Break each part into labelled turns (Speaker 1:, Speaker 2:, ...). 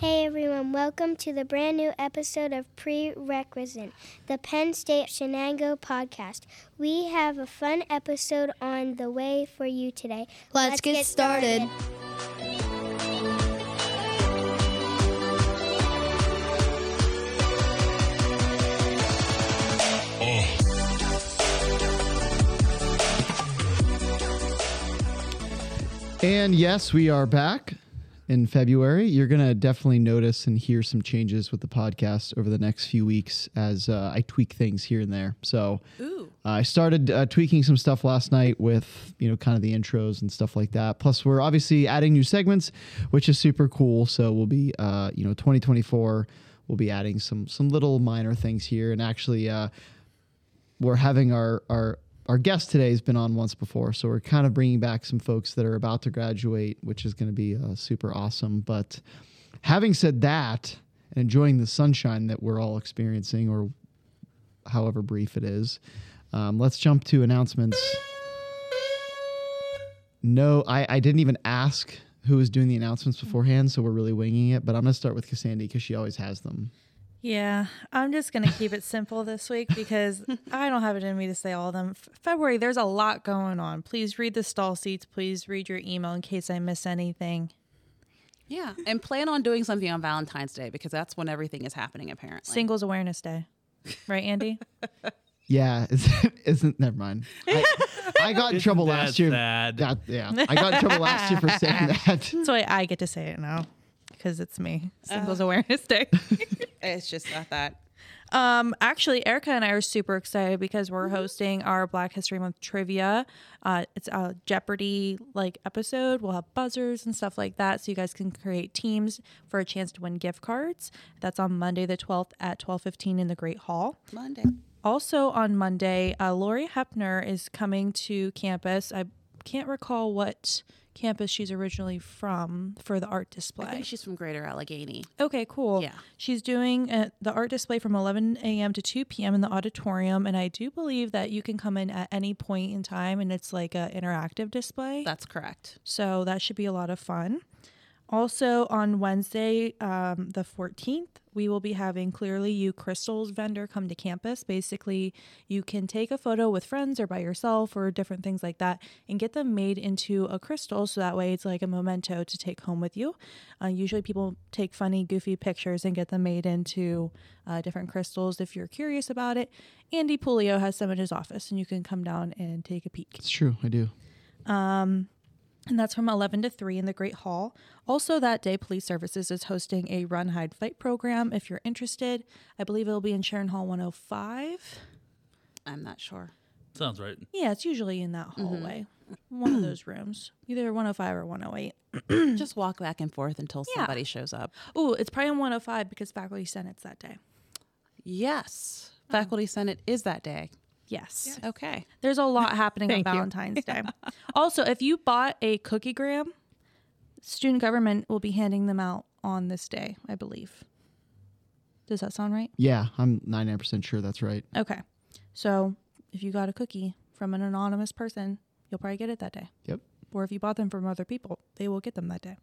Speaker 1: Hey everyone, welcome to the brand new episode of Prerequisite, the Penn State Shenango podcast. We have a fun episode on the way for you today.
Speaker 2: Let's, get, started.
Speaker 3: And yes, we are back in February. You're going to definitely notice and hear some changes with the podcast over the next few weeks as uh, I tweak things here and there. So uh, I started uh, tweaking some stuff last night with, you know, kind of the intros and stuff like that. Plus, we're obviously adding new segments, which is super cool. So we'll be, uh, you know, 2024, we'll be adding some, some little minor things here. And actually, uh, we're having our our our guest today has been on once before, so we're kind of bringing back some folks that are about to graduate, which is going to be uh, super awesome. But having said that, and enjoying the sunshine that we're all experiencing, or however brief it is, um, let's jump to announcements. No, I, I didn't even ask who was doing the announcements beforehand, so we're really winging it. But I'm going to start with Cassandra because she always has them.
Speaker 4: Yeah, I'm just going to keep it simple this week because I don't have it in me to say all of them. F- February, there's a lot going on. Please read the stall seats. Please read your email in case I miss anything.
Speaker 2: Yeah.
Speaker 5: And plan on doing something on Valentine's Day because that's when everything is happening, apparently.
Speaker 4: Singles Awareness Day. Right, Andy?
Speaker 3: Yeah, isn't, isn't never mind. I, I got in trouble
Speaker 6: that
Speaker 3: last year.
Speaker 6: sad?
Speaker 3: That- yeah, I got in trouble last year for saying that.
Speaker 4: That's why I get to say it now because it's me. Singles Awareness Day.
Speaker 5: It's just not that.
Speaker 4: Um, actually, Erica and I are super excited because we're hosting our Black History Month trivia. Uh, it's a Jeopardy like episode. We'll have buzzers and stuff like that, so you guys can create teams for a chance to win gift cards. That's on Monday the twelfth at twelve fifteen in the Great Hall.
Speaker 5: Monday.
Speaker 4: Also on Monday, uh, Lori Hepner is coming to campus. I can't recall what campus she's originally from for the art display.
Speaker 5: I think she's from Greater Allegheny.
Speaker 4: Okay, cool.
Speaker 5: Yeah.
Speaker 4: She's doing uh, the art display from 11 a.m. to 2 p.m. in the auditorium. And I do believe that you can come in at any point in time and it's like a interactive display.
Speaker 5: That's correct.
Speaker 4: so that should be a lot of fun. Also, on Wednesday, um, the 14th, we will be having Clearly You Crystals vendor come to campus. Basically, you can take a photo with friends or by yourself or different things like that and get them made into a crystal. So that way, it's like a memento to take home with you. Uh, usually, people take funny, goofy pictures and get them made into uh, different crystals if you're curious about it. Andy Pulio has some in his office, and you can come down and take a peek
Speaker 3: It's true, I do.
Speaker 4: and that's from 11 to 3 in the Great Hall. Also, that day, Police Services is hosting a run, hide, fight program if you're interested. I believe it'll be in Sharon Hall 105.
Speaker 5: I'm not sure.
Speaker 6: Sounds right.
Speaker 4: Yeah, it's usually in that hallway, one of those rooms, either 105 or 108.
Speaker 5: just walk back and forth until
Speaker 4: Yeah.
Speaker 5: somebody shows up.
Speaker 4: Oh, it's probably in 105 because Faculty Senate's that day.
Speaker 5: Yes. Faculty Senate is that day.
Speaker 4: Yes.
Speaker 5: Okay.
Speaker 4: There's a lot happening on Valentine's Day. also, if you bought a cookie gram, student government will be handing them out on this day, I believe. Does that sound right?
Speaker 3: Yeah, I'm 99% sure that's right.
Speaker 4: Okay. So if you got a cookie from an anonymous person, you'll probably get it that day.
Speaker 3: Yep.
Speaker 4: Or if you bought them from other people, they will get them that day.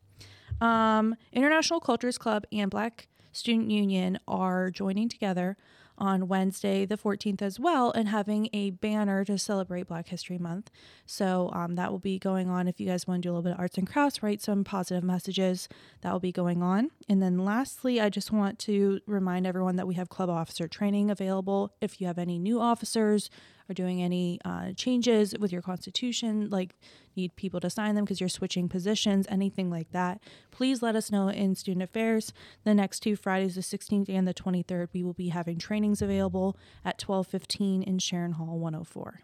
Speaker 4: Um, International Cultures Club and Black Student Union are joining together on Wednesday, the 14th, as well, and having a banner to celebrate Black History Month. So um, that will be going on if you guys want to do a little bit of arts and crafts, write some positive messages. That will be going on. And then lastly, I just want to remind everyone that we have club officer training available if you have any new officers or doing any uh, changes with your constitution, like need people to sign them because you're switching positions, anything like that, please let us know in Student Affairs. The next two Fridays, the 16th and the 23rd, we will be having trainings available at 12:15 in Sharon Hall 104.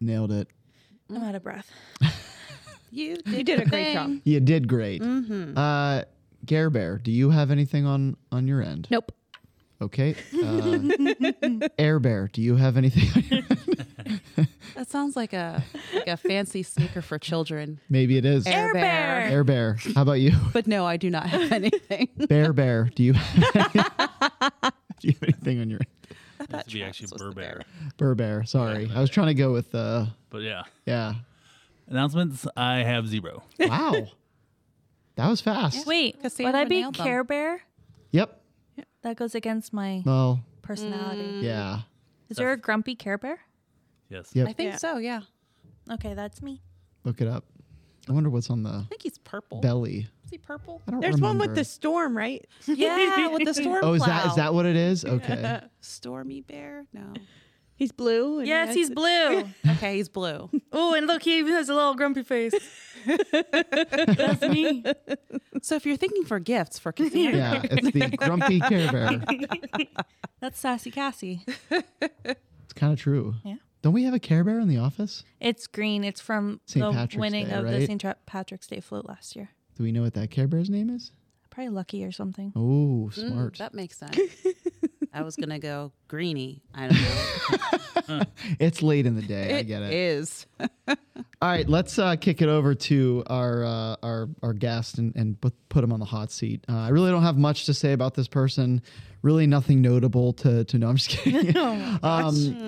Speaker 3: Nailed it.
Speaker 4: I'm out of breath.
Speaker 5: You did, you did a great job.
Speaker 3: You did great. Uh, Gare Bear, do you have anything on on your end?
Speaker 4: Nope.
Speaker 3: Okay. Uh, Air Bear, do you have anything? On your end?
Speaker 5: That sounds like a like a fancy sneaker for children.
Speaker 3: Maybe it is.
Speaker 5: Air bear.
Speaker 3: Air Bear, how about you?
Speaker 5: But no, I do not have anything.
Speaker 3: Bear Bear, do you have, do you have anything on your end?
Speaker 6: That should be actually
Speaker 5: was the
Speaker 6: Burr Bear.
Speaker 3: Burr Bear, sorry. I was trying to go with uh
Speaker 6: But yeah,
Speaker 3: yeah.
Speaker 6: announcements. I have zero.
Speaker 3: Wow. That was fast.
Speaker 4: Wait,
Speaker 5: Cassandra
Speaker 4: would I be
Speaker 5: nailed them.
Speaker 4: Care Bear?
Speaker 3: Yep.
Speaker 4: That goes against my
Speaker 3: Well,
Speaker 4: personality.
Speaker 3: yeah.
Speaker 4: Is there a grumpy Care Bear?
Speaker 6: Yes.
Speaker 3: Yep.
Speaker 5: I think
Speaker 4: Yeah.
Speaker 5: so. Yeah. I
Speaker 4: Okay, that's me.
Speaker 3: Look it up. I wonder what's on the
Speaker 5: think he's purple.
Speaker 3: belly.
Speaker 5: Is he purple?
Speaker 3: I don't
Speaker 7: There's one with
Speaker 3: remember.
Speaker 7: the storm, right?
Speaker 5: Yeah, with the storm.
Speaker 3: Oh, is that is
Speaker 5: cloud.
Speaker 3: that what it is? Okay.
Speaker 5: Stormy Bear? No.
Speaker 7: He's blue. and
Speaker 4: Yes,
Speaker 7: has-
Speaker 4: he's blue.
Speaker 5: Okay, he's blue.
Speaker 4: oh, and look, he even has a little grumpy face. that's me.
Speaker 5: so if you're thinking for gifts for Cassandra,
Speaker 3: yeah, it's the grumpy Care Bear.
Speaker 4: That's Sassy Cassie.
Speaker 3: It's kind of true.
Speaker 4: Yeah.
Speaker 3: Don't we have a Care Bear in the office?
Speaker 4: It's green. It's from
Speaker 3: St.
Speaker 4: the
Speaker 3: Patrick's
Speaker 4: winning
Speaker 3: Day,
Speaker 4: of the
Speaker 3: right?
Speaker 4: St. Tra- Patrick's Day float last year.
Speaker 3: Do we know what that Care Bear's name is?
Speaker 4: Probably Lucky or something.
Speaker 3: Oh,
Speaker 5: Mm,
Speaker 3: smart.
Speaker 5: that makes sense. I was gonna go greeny. I don't know.
Speaker 3: it's late in the day. I get it.
Speaker 5: is.
Speaker 3: All right, let's uh, kick it over to our uh, our our guest and and put put him on the hot seat. Uh, I really don't have much to say about this person. Really, nothing notable to to know. I'm just kidding. um,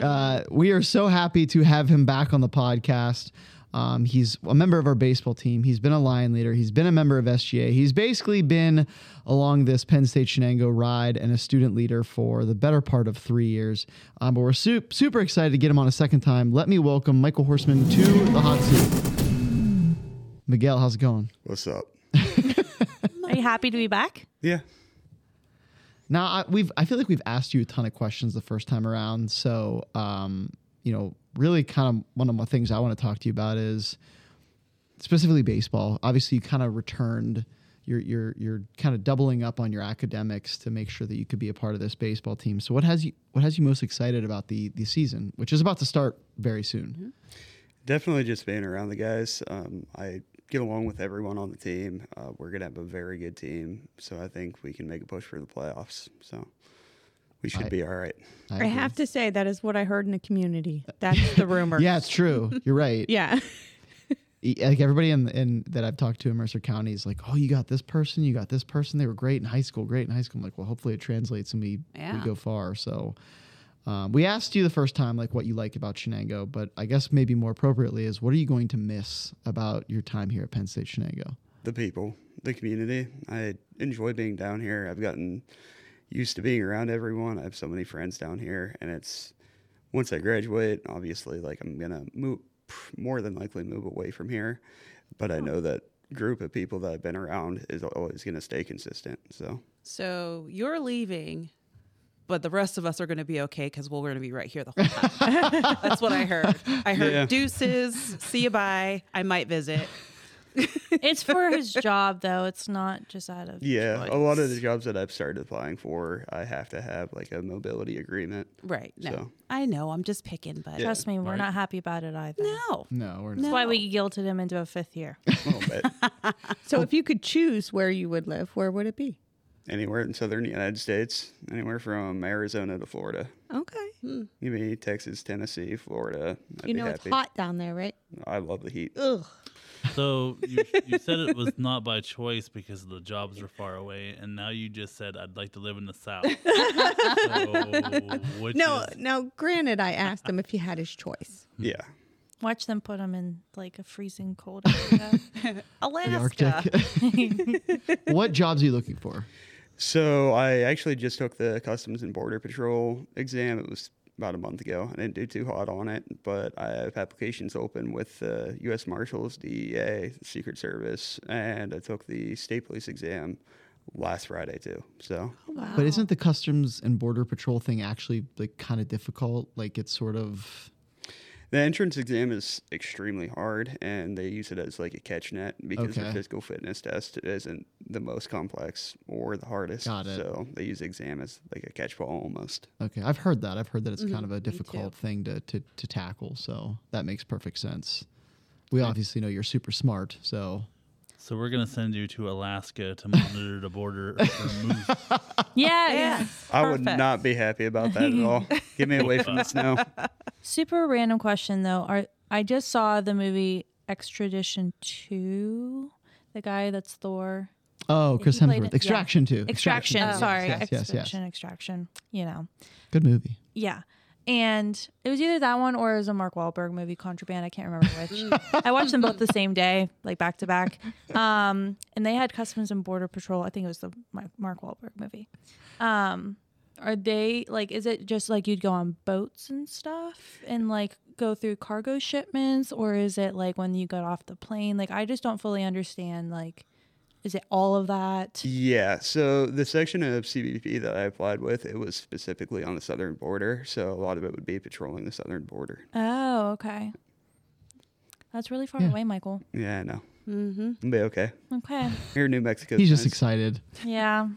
Speaker 3: uh, we are so happy to have him back on the podcast. Um, he's a member of our baseball team. He's been a Lion leader. He's been a member of SGA. He's basically been along this Penn State Shenango ride and a student leader for the better part of three years. Um, but we're su- super excited to get him on a second time. Let me welcome Michael Horseman to the hot seat. Miguel, how's it going?
Speaker 8: What's up?
Speaker 4: Are you happy to be back?
Speaker 8: Yeah.
Speaker 3: Now I, we've I feel like we've asked you a ton of questions the first time around, so um, you know, really kind of one of the things I want to talk to you about is specifically baseball. Obviously, you kind of returned. You're you're you're kind of doubling up on your academics to make sure that you could be a part of this baseball team. So what has you what has you most excited about the the season, which is about to start very soon?
Speaker 8: Definitely just being around the guys. Um, I get along with everyone on the team. Uh, we're going to have a very good team. So I think we can make a push for the playoffs. So we should be all right.
Speaker 7: I have to say that is what I heard in the community. That's the rumor.
Speaker 3: Yeah, it's true. You're right.
Speaker 7: Yeah.
Speaker 3: E- like everybody in, in that I've talked to in Mercer County is like, oh, you got this person, you got this person. They were great in high school, great in high school. I'm like, well, hopefully it translates and we, we
Speaker 5: Yeah.
Speaker 3: go far. So um, we asked you the first time, like what you like about Shenango, but I guess maybe more appropriately is what are you going to miss about your time here at Penn State Shenango?
Speaker 8: The people, the community. I enjoy being down here. I've gotten used to being around everyone. I have so many friends down here. And it's once I graduate, obviously, like I'm going to move, more than likely move away from here. But I know that group of people that I've been around is always going to stay consistent. So.
Speaker 5: So you're leaving, but the rest of us are gonna be okay because we're gonna be right here the whole time. That's what I heard. I heard
Speaker 8: Yeah.
Speaker 5: deuces. See you bye. I might visit.
Speaker 4: It's for his job, though. It's not just out of.
Speaker 8: Yeah, a
Speaker 5: choice.
Speaker 8: lot of the jobs that I've started applying for, I have to have like a mobility agreement.
Speaker 5: Right. No.
Speaker 8: So-
Speaker 5: I know. I'm just picking, but
Speaker 8: Yeah.
Speaker 4: Trust me, we're not happy about it either.
Speaker 5: no.
Speaker 3: No, we're
Speaker 4: That's
Speaker 3: not.
Speaker 4: why we guilted him into a fifth year.
Speaker 8: A little bit.
Speaker 7: So if you could choose where you would live, where would it be?
Speaker 8: anywhere in southern United States, anywhere from Arizona to Florida.
Speaker 7: Okay.
Speaker 8: You mean Texas, Tennessee, Florida. I'd
Speaker 7: you
Speaker 8: be
Speaker 7: know
Speaker 8: happy.
Speaker 7: it's hot down there, right?
Speaker 8: I love the heat.
Speaker 7: Ugh.
Speaker 6: So you, you said it was not by choice because the jobs are far away, and now you just said I'd like to live in the South. so, which
Speaker 7: No,
Speaker 6: is-
Speaker 7: now granted I asked him if he had his choice.
Speaker 8: Yeah.
Speaker 4: Watch them put him in like a freezing cold. area.
Speaker 3: The
Speaker 5: Alaska.
Speaker 3: Arctic. what jobs are you looking for?
Speaker 8: So I actually just took the Customs and Border Patrol exam. It was about a month ago. I didn't do too hot on it, but I have applications open with uh, U.S. Marshals, DEA, Secret Service, and I took the State Police exam last Friday too. So
Speaker 3: But isn't the Customs and Border Patrol thing actually like kind of difficult? Like it's sort of
Speaker 8: The entrance exam is extremely hard, and they use it as like a catch net because
Speaker 3: Okay.
Speaker 8: the physical fitness test isn't the most complex or the hardest.
Speaker 3: Got it.
Speaker 8: So they use the exam as like a catch-all almost.
Speaker 3: Okay, I've heard that. I've heard that it's kind of a difficult thing to, to to tackle. So that makes perfect sense. We obviously know you're super smart, so
Speaker 6: so we're gonna send you to Alaska to monitor the border for moose.
Speaker 4: yeah,
Speaker 8: I would not be happy about that at all. Get me away from the snow.
Speaker 4: Super random question though. Are I just saw the movie Extradition Two? The guy that's Thor.
Speaker 3: oh, Chris
Speaker 4: played it-
Speaker 3: Hemsworth,
Speaker 4: yeah.
Speaker 3: Extraction too.
Speaker 4: Extraction.
Speaker 3: Yes,
Speaker 4: sorry,
Speaker 3: yes, yes, yes,
Speaker 4: Extraction. Extraction. You know.
Speaker 3: Good movie.
Speaker 4: Yeah. And it was either that one or it was a Mark Wahlberg movie, Contraband. I can't remember which. I watched them both the same day, like back to back. Um, and they had Customs and Border Patrol. I think it was the Mar- Mark Wahlberg movie. Um, are they like? Is it just like you'd go on boats and stuff and like go through cargo shipments, or is it like when you got off the plane? Like I just don't fully understand. Like, is it all of that?
Speaker 8: Yeah. So the section of CBP that I applied with, it was specifically on the southern border. So a lot of it would be patrolling the southern border.
Speaker 4: Oh, okay. That's really far
Speaker 3: Yeah.
Speaker 4: away, Michael.
Speaker 8: Yeah, I know.
Speaker 5: Mm-hmm.
Speaker 8: It'll be okay.
Speaker 4: Okay.
Speaker 8: Here in New Mexico.
Speaker 3: He's just
Speaker 8: nice.
Speaker 3: excited.
Speaker 4: Yeah,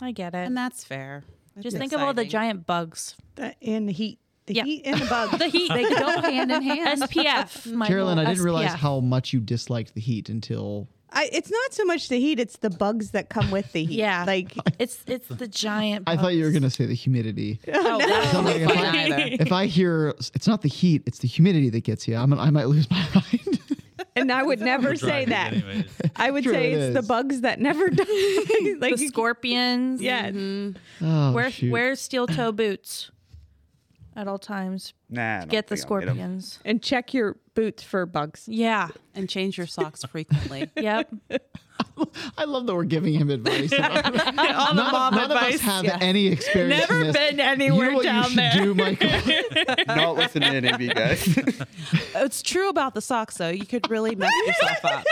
Speaker 4: I get it.
Speaker 5: And that's fair.
Speaker 4: Just think of all the giant bugs.
Speaker 7: That, and the heat. The
Speaker 4: Yeah.
Speaker 7: heat and the bug.
Speaker 4: The heat.
Speaker 5: They go hand in hand.
Speaker 4: SPF. Michael,
Speaker 3: Carolyn, I didn't realize
Speaker 4: SPF.
Speaker 3: how much you disliked the heat until
Speaker 7: I, it's not so much the heat; it's the bugs that come with the heat.
Speaker 4: Yeah.
Speaker 7: like
Speaker 4: it's it's the giant.
Speaker 3: I thought you were going to say the humidity.
Speaker 5: Oh, that's
Speaker 3: Something
Speaker 5: totally
Speaker 3: about
Speaker 5: fine either.
Speaker 3: if I hear it's not the heat, it's the humidity that gets you, I'm, I might lose my mind.
Speaker 7: and I would never
Speaker 6: We're
Speaker 7: say
Speaker 6: driving
Speaker 7: that.
Speaker 6: anyways.
Speaker 7: I would
Speaker 3: True,
Speaker 7: say
Speaker 3: it
Speaker 7: it's the
Speaker 3: is.
Speaker 7: bugs that never die.
Speaker 4: the
Speaker 7: like you-
Speaker 4: scorpions.
Speaker 7: Yeah,
Speaker 3: oh,
Speaker 4: Wear
Speaker 3: shoot.
Speaker 4: wear steel toe boots at all times.
Speaker 8: Nah, I don't
Speaker 4: Get the
Speaker 8: think I'll 'em.
Speaker 4: scorpions.
Speaker 7: and check your boots for bugs.
Speaker 4: Yeah.
Speaker 5: And change your socks frequently.
Speaker 4: Yep.
Speaker 3: I love that we're giving him advice. about- none
Speaker 7: All
Speaker 3: of- none of us have any experience. in
Speaker 7: Never
Speaker 3: this.
Speaker 7: been
Speaker 3: You know
Speaker 7: anywhere
Speaker 3: what you
Speaker 7: down
Speaker 3: should
Speaker 7: there.
Speaker 3: do, Michael.
Speaker 8: Not listen to any of you guys.
Speaker 5: it's true about the socks, though. You could really mess yourself up.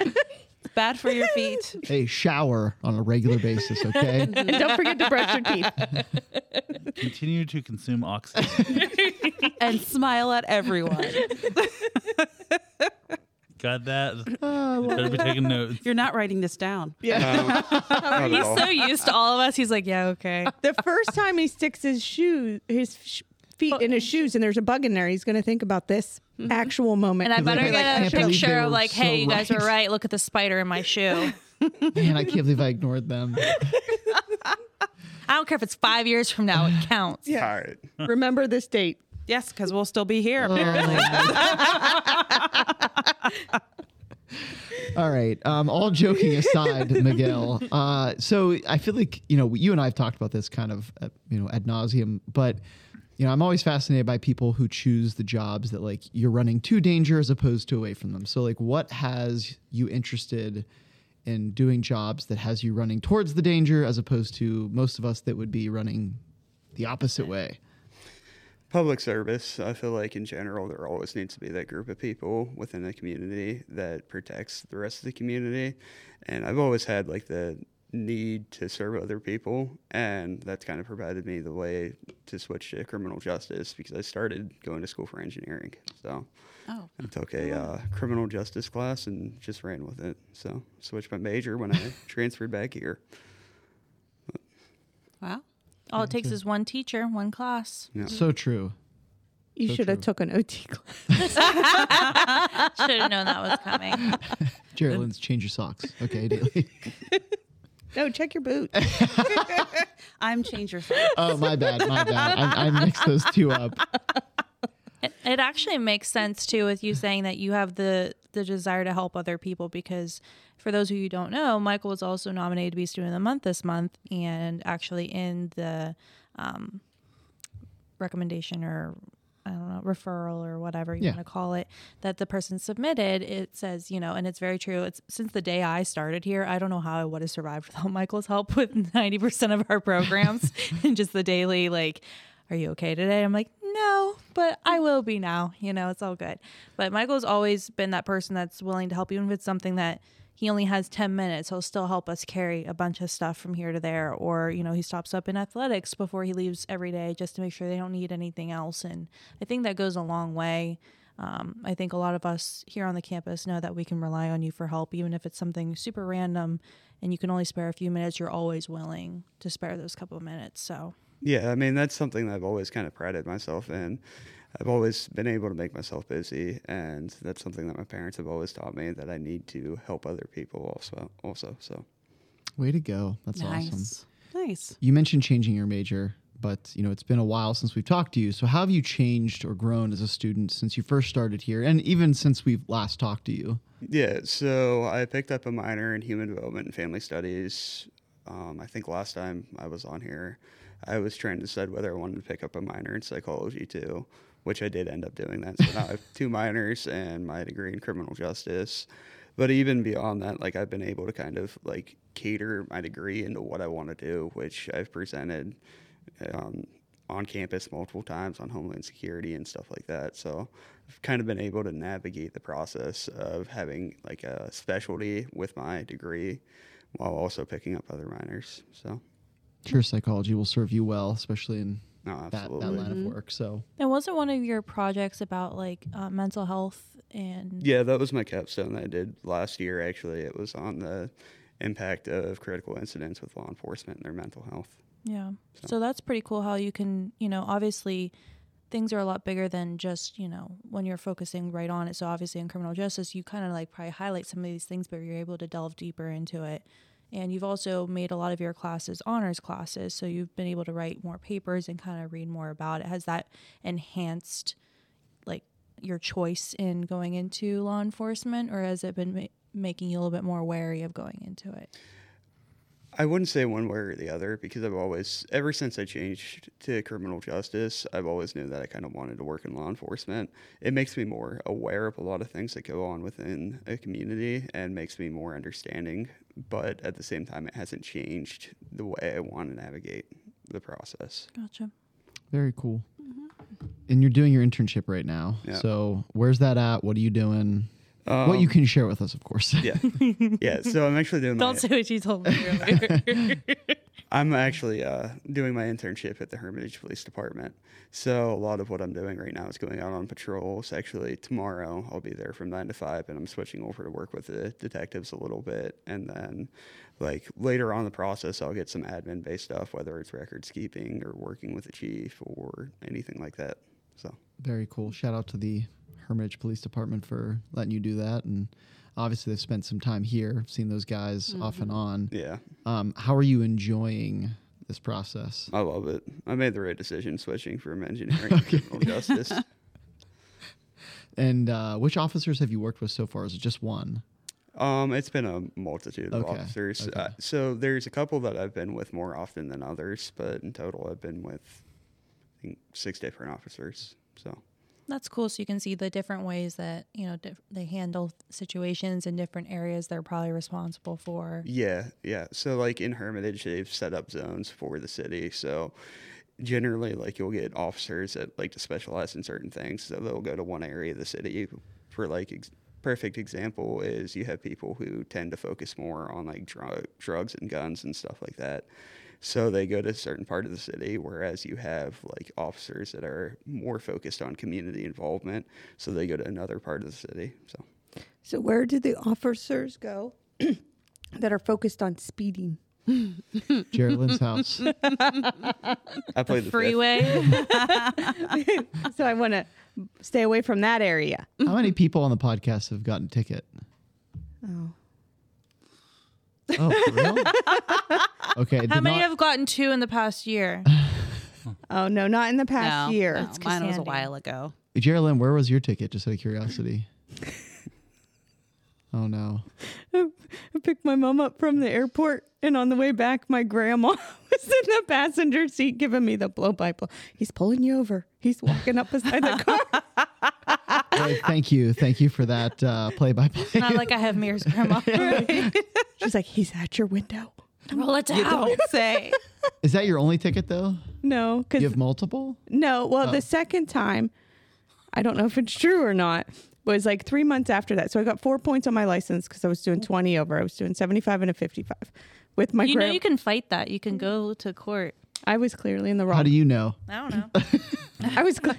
Speaker 5: It's Bad for your feet.
Speaker 3: hey, shower on a regular basis, okay?
Speaker 7: and don't forget to brush your teeth.
Speaker 6: Continue to consume oxygen.
Speaker 5: And smile at everyone.
Speaker 6: Got that?
Speaker 3: Oh,
Speaker 6: Better be taking notes.
Speaker 5: You're not writing this down.
Speaker 8: No, Um, not at all.
Speaker 4: He's so used to all of us. He's like, yeah, okay.
Speaker 7: The first time he sticks his shoes, his sh- feet in his shoes, and there's a bug in there, he's going to think about this actual moment.
Speaker 4: Mm-hmm. And I
Speaker 3: They're
Speaker 4: better
Speaker 3: like, "I
Speaker 4: get a
Speaker 3: can't believe they
Speaker 4: picture
Speaker 3: were
Speaker 4: of like,
Speaker 3: so
Speaker 4: hey, you guys
Speaker 3: right."
Speaker 4: were right. Look at the spider in my shoe.
Speaker 3: Man, I can't believe I ignored them.
Speaker 4: I don't care if it's five years from now. It counts.
Speaker 8: All right.
Speaker 7: Remember this date.
Speaker 5: Yes, because we'll still be here.
Speaker 4: Uh-huh.
Speaker 3: All right. Um, all joking aside, Miguel. Uh, so I feel like you know you and I have talked about this kind of uh, you know ad nauseum, but you know I'm always fascinated by people who choose the jobs that like you're running to danger as opposed to away from them. So like, what has you interested in doing jobs that has you running towards the danger as opposed to most of us that would be running the opposite way?
Speaker 8: Public service, I feel like in general, there always needs to be that group of people within a community that protects the rest of the community. And I've always had like the need to serve other people. And that's kind of provided me the way to switch to criminal justice because I started going to school for engineering. So
Speaker 5: Oh.
Speaker 8: I took a uh, criminal justice class and just ran with it. So switched my major when I transferred back here.
Speaker 5: Wow.
Speaker 4: All it takes is one teacher, one class.
Speaker 3: So true.
Speaker 7: You
Speaker 3: So
Speaker 7: should have
Speaker 3: true.
Speaker 7: took an OT class.
Speaker 4: Should have known that was coming.
Speaker 3: Geraldine's change your socks. Okay, daily.
Speaker 7: No, check your boot.
Speaker 5: I'm change your socks.
Speaker 3: Oh my bad, my bad. I, I mixed those two up.
Speaker 4: It, it actually makes sense too with you saying that you have the the desire to help other people because for those who you don't know, Michael was also nominated to be Student of the Month this month and actually in the um, recommendation or I don't know, referral or whatever you
Speaker 3: Yeah.
Speaker 4: want to call it, that the person submitted, it says, you know, and it's very true. It's since the day I started here, I don't know how I would have survived without Michael's help with 90% of our programs and just the daily, like, are you okay today? I'm like, no, but I will be now. You know, it's all good. But Michael's always been that person that's willing to help, even if it's something that he only has 10 minutes he'll still help us carry a bunch of stuff from here to there or you know he stops up in athletics before he leaves every day just to make sure they don't need anything else and i think that goes a long way um, i think a lot of us here on the campus know that we can rely on you for help even if it's something super random and you can only spare a few minutes you're always willing to spare those couple of minutes so
Speaker 8: Yeah, I mean that's something that I've always kind of prided myself in. I've always been able to make myself busy, and that's something that my parents have always taught me that I need to help other people also. Also, so
Speaker 3: Way to go. That's awesome.
Speaker 5: Nice. Nice.
Speaker 3: You mentioned changing your major, but you know it's been a while since we've talked to you. So how have you changed or grown as a student since you first started here, and even since we've last talked to you?
Speaker 8: yeah, so I picked up a minor in human development and family studies Um, I think last time I was on here, I was trying to decide whether I wanted to pick up a minor in psychology too, which I did end up doing that. So now I have two minors and my degree in criminal justice. But even beyond that, like I've been able to kind of like cater my degree into what I want to do, which I've presented um, on campus multiple times on Homeland Security and stuff like that. So I've kind of been able to navigate the process of having like a specialty with my degree while also picking up other minors. So,
Speaker 3: Sure, psychology will serve you well, especially in
Speaker 8: no,
Speaker 3: that,
Speaker 8: absolutely.
Speaker 3: that line of work. So
Speaker 4: And wasn't one of your projects about like uh, mental health and
Speaker 8: Yeah, that was my capstone that I did last year, actually. It was on the impact of critical incidents with law enforcement and their mental health.
Speaker 4: yeah. So that's pretty cool how you can, you know, obviously things are a lot bigger than just, you know, when you're focusing right on it. So obviously in criminal justice, you kind of like probably highlight some of these things, but you're able to delve deeper into it. And you've also made a lot of your classes honors classes, so you've been able to write more papers and kind of read more about it. Has that enhanced like your choice in going into law enforcement or has it been ma- making you a little bit more wary of going into it?
Speaker 8: I wouldn't say one way or the other because I've always, ever since I changed to criminal justice, I've always knew that I kind of wanted to work in law enforcement. It makes me more aware of a lot of things that go on within a community and makes me more understanding. But at the same time, it hasn't changed the way I want to navigate the process.
Speaker 4: Gotcha.
Speaker 3: very cool. And you're doing your internship right now.
Speaker 8: Yeah. Um,
Speaker 3: So where's that at? What are you doing? what you can share with us, of course.
Speaker 8: Yeah. Yeah. So I'm actually doing my,
Speaker 4: Don't say what you told me earlier.
Speaker 8: I'm actually uh, doing my internship at the Hermitage Police Department. So a lot of what I'm doing right now is going out on patrols. Actually, tomorrow I'll be there from nine to five, and I'm switching over to work with the detectives a little bit. And then, like later on in the process, I'll get some admin-based stuff, whether it's records keeping or working with the chief or anything like that. So
Speaker 3: Very cool. Shout out to the Hermitage Police Department for letting you do that. And obviously, they've spent some time here, I've seen those guys
Speaker 4: Mm-hmm.
Speaker 3: off and on.
Speaker 8: yeah,
Speaker 3: Um, how are you enjoying this process?
Speaker 8: I love it. I made the right decision switching from engineering to criminal justice.
Speaker 3: And uh, which officers have you worked with so far? Is it just one?
Speaker 8: Um, it's been a multitude of
Speaker 3: Okay,
Speaker 8: officers.
Speaker 3: okay.
Speaker 8: Uh, so there's a couple that I've been with more often than others, but in total, I've been with I think six different officers. So
Speaker 4: That's cool. So you can see the different ways that you know diff- they handle situations in different areas. They're probably responsible for.
Speaker 8: yeah, yeah. So like in Hermitage, they've set up zones for the city. So generally, like you'll get officers that like to specialize in certain things. So they'll go to one area of the city for like. Ex- perfect example is you have people who tend to focus more on like drug, drugs and guns and stuff like that. So they go to a certain part of the city, whereas you have like officers that are more focused on community involvement. So they go to another part of the city. So
Speaker 7: So where do the officers go that are focused on speeding?
Speaker 3: Geraldine's house.
Speaker 8: I played the, fifth.
Speaker 4: Freeway.
Speaker 7: so I want to stay away from that area.
Speaker 3: How many people on the podcast have gotten a ticket?
Speaker 7: Oh.
Speaker 3: Oh, for real? okay.
Speaker 4: How
Speaker 3: did
Speaker 4: many
Speaker 3: not-
Speaker 4: have gotten two in the past year?
Speaker 7: Oh no, not in the past
Speaker 5: no,
Speaker 7: year.
Speaker 5: no, mine was a
Speaker 4: Cassandra.
Speaker 5: while ago.
Speaker 3: Geraldine, where was your ticket? Just out of curiosity. oh no.
Speaker 7: I picked my mom up from the airport, and on the way back, my grandma was in the passenger seat giving me the blow by blow. He's pulling you over. He's walking up beside the car.
Speaker 3: Well, thank you, thank you for that uh, play-by-play.
Speaker 4: Not like I have mirrors, grandma.
Speaker 7: She's like, he's at your window.
Speaker 4: Roll it down.
Speaker 5: Don't say.
Speaker 3: Is that your only ticket though?
Speaker 7: No,
Speaker 3: You
Speaker 7: because
Speaker 3: have multiple?
Speaker 7: no. Well, the second time, I don't know if it's true or not. Was like three months after that, so I got four points on my license because I was doing twenty over. I was doing seventy-five and a fifty-five with my
Speaker 4: You know
Speaker 7: grandma.
Speaker 4: you can fight that. You can go to court.
Speaker 7: I was clearly in the wrong.
Speaker 3: How do you know?
Speaker 4: I don't know.
Speaker 7: I was cl-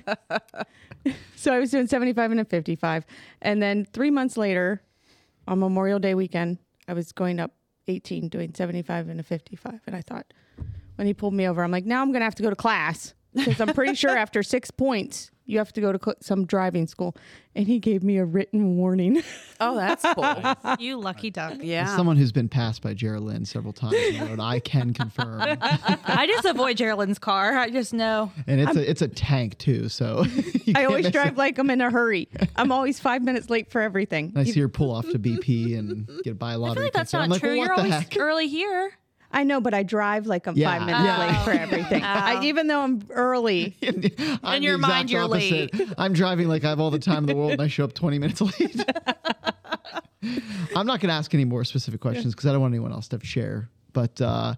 Speaker 7: so I was doing 75 and a 55. And then three months later, on Memorial Day weekend, I was going up 18, doing 75 and a 55. And I thought, when he pulled me over, I'm like, now I'm going to have to go to class because I'm pretty sure after six points, you have to go to cl- some driving school. And he gave me a written warning.
Speaker 5: Oh, that's cool.
Speaker 4: You lucky duck.
Speaker 3: As
Speaker 5: Yeah.
Speaker 3: someone who's been passed by Geraldine several times, on the road, I can confirm.
Speaker 4: I just avoid Geraldine's car. I just know.
Speaker 3: And it's a it's a tank too, so you
Speaker 7: I
Speaker 3: can't
Speaker 7: always
Speaker 3: mess
Speaker 7: drive
Speaker 3: up.
Speaker 7: like I'm in a hurry. I'm always five minutes late for everything.
Speaker 3: And I see her pull off to BP and get a buy a lottery
Speaker 4: I feel like
Speaker 3: ticket.
Speaker 4: that's not
Speaker 3: I'm like,
Speaker 4: true.
Speaker 3: well, what
Speaker 4: You're
Speaker 3: the
Speaker 4: always
Speaker 3: heck?
Speaker 4: early here.
Speaker 7: I know, but I drive like I'm
Speaker 3: Yeah,
Speaker 7: five minutes
Speaker 3: yeah.
Speaker 7: late for everything. I, even though I'm early,
Speaker 3: I'm
Speaker 2: In
Speaker 3: the
Speaker 2: your
Speaker 3: exact
Speaker 2: mind, you're
Speaker 3: opposite. I'm driving like I have all the time in the world, and I show up 20 minutes late. I'm not going to ask any more specific questions because I don't want anyone else to have to share. But uh,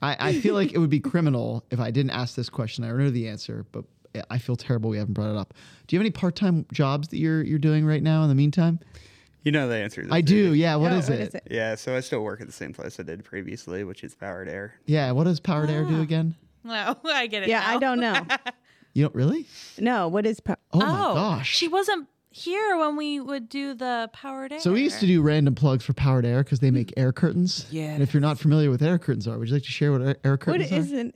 Speaker 3: I, I feel like it would be criminal if I didn't ask this question. I already know the answer, but I- I feel terrible we haven't brought it up. Do you have any part-time jobs that you're you're doing right now? In the meantime,
Speaker 8: You know the answer. To this,
Speaker 3: I do.
Speaker 8: right?
Speaker 3: Yeah.
Speaker 7: Oh,
Speaker 3: what is it?
Speaker 8: Yeah. So I still work at the same place I did previously, which is Powered Air.
Speaker 3: Yeah. What does Powered Air do again?
Speaker 2: No, I get it.
Speaker 7: Yeah, I
Speaker 2: now.
Speaker 7: don't know.
Speaker 3: You don't really?
Speaker 7: No, what is po-
Speaker 3: Oh, my gosh.
Speaker 2: she wasn't here when we would do the powered air.
Speaker 3: So we used to do random plugs for Powered Air because they make air curtains.
Speaker 5: Yes.
Speaker 3: And if you're not familiar with air curtains are, would you like to share what air, air
Speaker 7: what
Speaker 3: curtains
Speaker 7: is
Speaker 3: are?
Speaker 7: an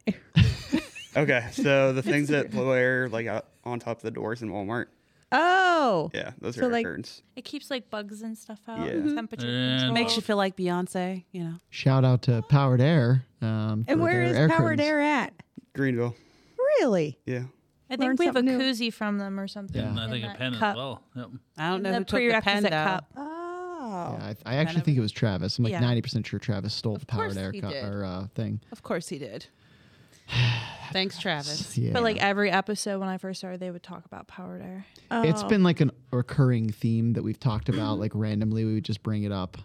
Speaker 8: Okay. So the things that blow air like out on top of the doors in Walmart.
Speaker 7: Oh,
Speaker 8: Yeah, those are
Speaker 7: So,
Speaker 8: air
Speaker 7: like-
Speaker 8: curtains.
Speaker 2: It keeps like bugs and stuff out.
Speaker 8: Yeah.
Speaker 2: and Temperature
Speaker 6: And-
Speaker 2: control.
Speaker 5: Makes you feel like Beyonce, you know.
Speaker 3: Shout out to Powered Air. Um,
Speaker 7: and
Speaker 3: for
Speaker 7: where
Speaker 3: their
Speaker 7: is
Speaker 3: air
Speaker 7: Powered
Speaker 3: curtains.
Speaker 7: Air at?
Speaker 8: Greenville.
Speaker 7: Really?
Speaker 8: Yeah.
Speaker 2: I
Speaker 7: learn
Speaker 2: think we have a
Speaker 7: something new.
Speaker 2: koozie from them or something.
Speaker 3: Yeah.
Speaker 6: And I
Speaker 2: in
Speaker 6: think a
Speaker 2: that
Speaker 6: pen
Speaker 2: cup.
Speaker 6: as well. Yep.
Speaker 5: I don't know
Speaker 2: the
Speaker 5: who took the pen
Speaker 2: prerequisite
Speaker 5: down.
Speaker 2: cup.
Speaker 7: Oh,
Speaker 3: Yeah, I, I actually think it was Travis. I'm like
Speaker 5: Yeah.
Speaker 3: 90% sure Travis stole the Powered
Speaker 5: course
Speaker 3: Air
Speaker 5: he
Speaker 3: co-
Speaker 5: did.
Speaker 3: or, uh, thing.
Speaker 5: Of course he did. Thanks, Travis.
Speaker 3: Yeah.
Speaker 4: But like every episode when I first started, they would talk about powered air.
Speaker 3: it's been like a recurring theme that we've talked about. like randomly, we would just bring it up.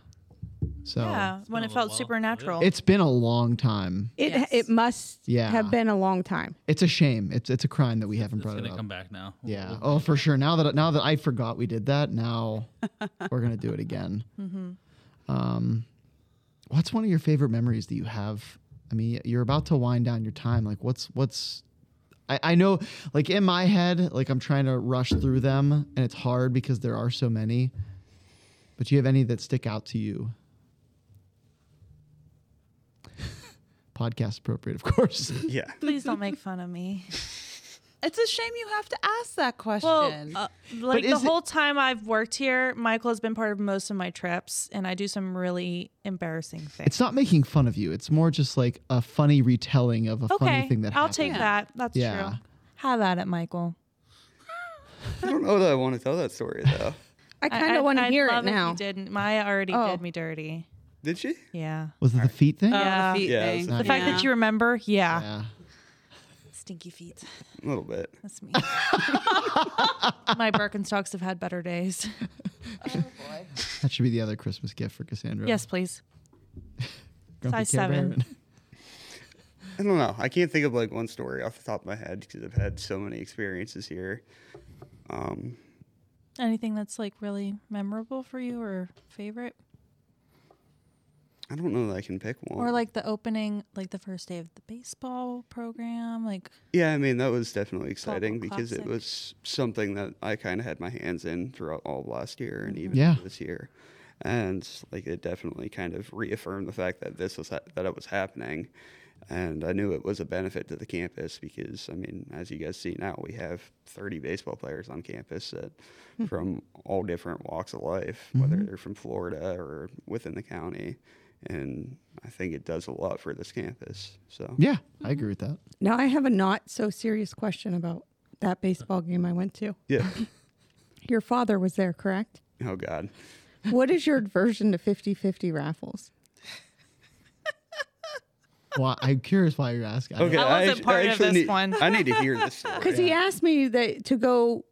Speaker 3: So
Speaker 4: yeah, when
Speaker 6: been
Speaker 3: Oh,
Speaker 4: it
Speaker 6: a
Speaker 4: felt
Speaker 6: while.
Speaker 4: supernatural.
Speaker 3: it's been a long time.
Speaker 7: it
Speaker 5: Yes.
Speaker 7: it must
Speaker 3: Yeah.
Speaker 7: have been a long time.
Speaker 3: It's a shame. It's it's a crime that we haven't
Speaker 6: It's
Speaker 3: brought
Speaker 6: going
Speaker 3: it
Speaker 6: to
Speaker 3: up.
Speaker 6: come back now.
Speaker 3: Yeah. Oh, for sure. Now that now that I forgot we did that, now we're gonna do it again. Um, what's one of your favorite memories that you have? I mean, you're about to wind down your time. Like, what's what's I, I know, like in my head, like I'm trying to rush through them, and it's hard because there are so many. But do you have any that stick out to you? Podcast appropriate, of course.
Speaker 8: Yeah.
Speaker 4: Please don't make fun of me.
Speaker 5: It's a shame you have to ask that question.
Speaker 4: Well, uh, like the
Speaker 3: is it-
Speaker 4: whole time I've worked here, Michael has been part of most of my trips, and I do some really embarrassing things.
Speaker 3: It's not making fun of you. It's more just like a funny retelling of a funny
Speaker 4: okay,
Speaker 3: thing that
Speaker 4: I'll
Speaker 3: happened.
Speaker 4: take that. That's
Speaker 3: Yeah.
Speaker 4: true. Have at it, Michael.
Speaker 8: I don't know that I want to tell that story though.
Speaker 7: I kind of want to
Speaker 4: I'd
Speaker 7: hear it
Speaker 4: love if you
Speaker 7: now.
Speaker 4: didn't Maya already
Speaker 7: Oh.
Speaker 4: did me dirty?
Speaker 8: Did she?
Speaker 4: Yeah.
Speaker 3: Was it the feet thing?
Speaker 5: Oh,
Speaker 4: yeah.
Speaker 5: the feet
Speaker 8: Yeah,
Speaker 5: thing.
Speaker 8: it's not
Speaker 4: The fact that you remember, yeah.
Speaker 3: yeah.
Speaker 4: Stinky feet.
Speaker 8: A little bit.
Speaker 4: That's me. My Birkenstocks have had better days.
Speaker 3: That should be the other Christmas gift for Cassandra.
Speaker 4: Yes, please.
Speaker 3: Grumpy
Speaker 4: size
Speaker 3: Care Bear
Speaker 4: seven.
Speaker 3: and-
Speaker 8: I don't know. I can't think of like one story off the top of my head because I've had so many experiences here. Um,
Speaker 4: Anything that's like really memorable for you or favorite?
Speaker 8: I don't know that I can pick one.
Speaker 4: Or like the opening, like the first day of the baseball program, like
Speaker 8: yeah, I mean that was definitely exciting because it
Speaker 4: classic.
Speaker 8: was something that I kind of had my hands in throughout all of last year and even
Speaker 3: Yeah.
Speaker 8: this year, and like it definitely kind of reaffirmed the fact that this was ha- that it was happening, and I knew it was a benefit to the campus because I mean as you guys see now we have 30 baseball players on campus that from all different walks of life,
Speaker 3: Mm-hmm.
Speaker 8: whether they're from Florida or within the county, and I think it does a lot for this campus. So
Speaker 3: Yeah, I agree with that.
Speaker 7: Now I have a not so serious question about that baseball game I went to.
Speaker 8: yeah.
Speaker 7: Your father was there, correct?
Speaker 8: Oh God.
Speaker 7: What is your version to 50-50 raffles?
Speaker 3: Well, I'm curious why you're asking. I
Speaker 8: Okay,
Speaker 3: don't-
Speaker 8: I
Speaker 4: wasn't
Speaker 8: act- I
Speaker 4: part of
Speaker 8: actually
Speaker 4: this
Speaker 8: need-
Speaker 4: one.
Speaker 8: I need to hear this story.
Speaker 7: Because he asked me that to go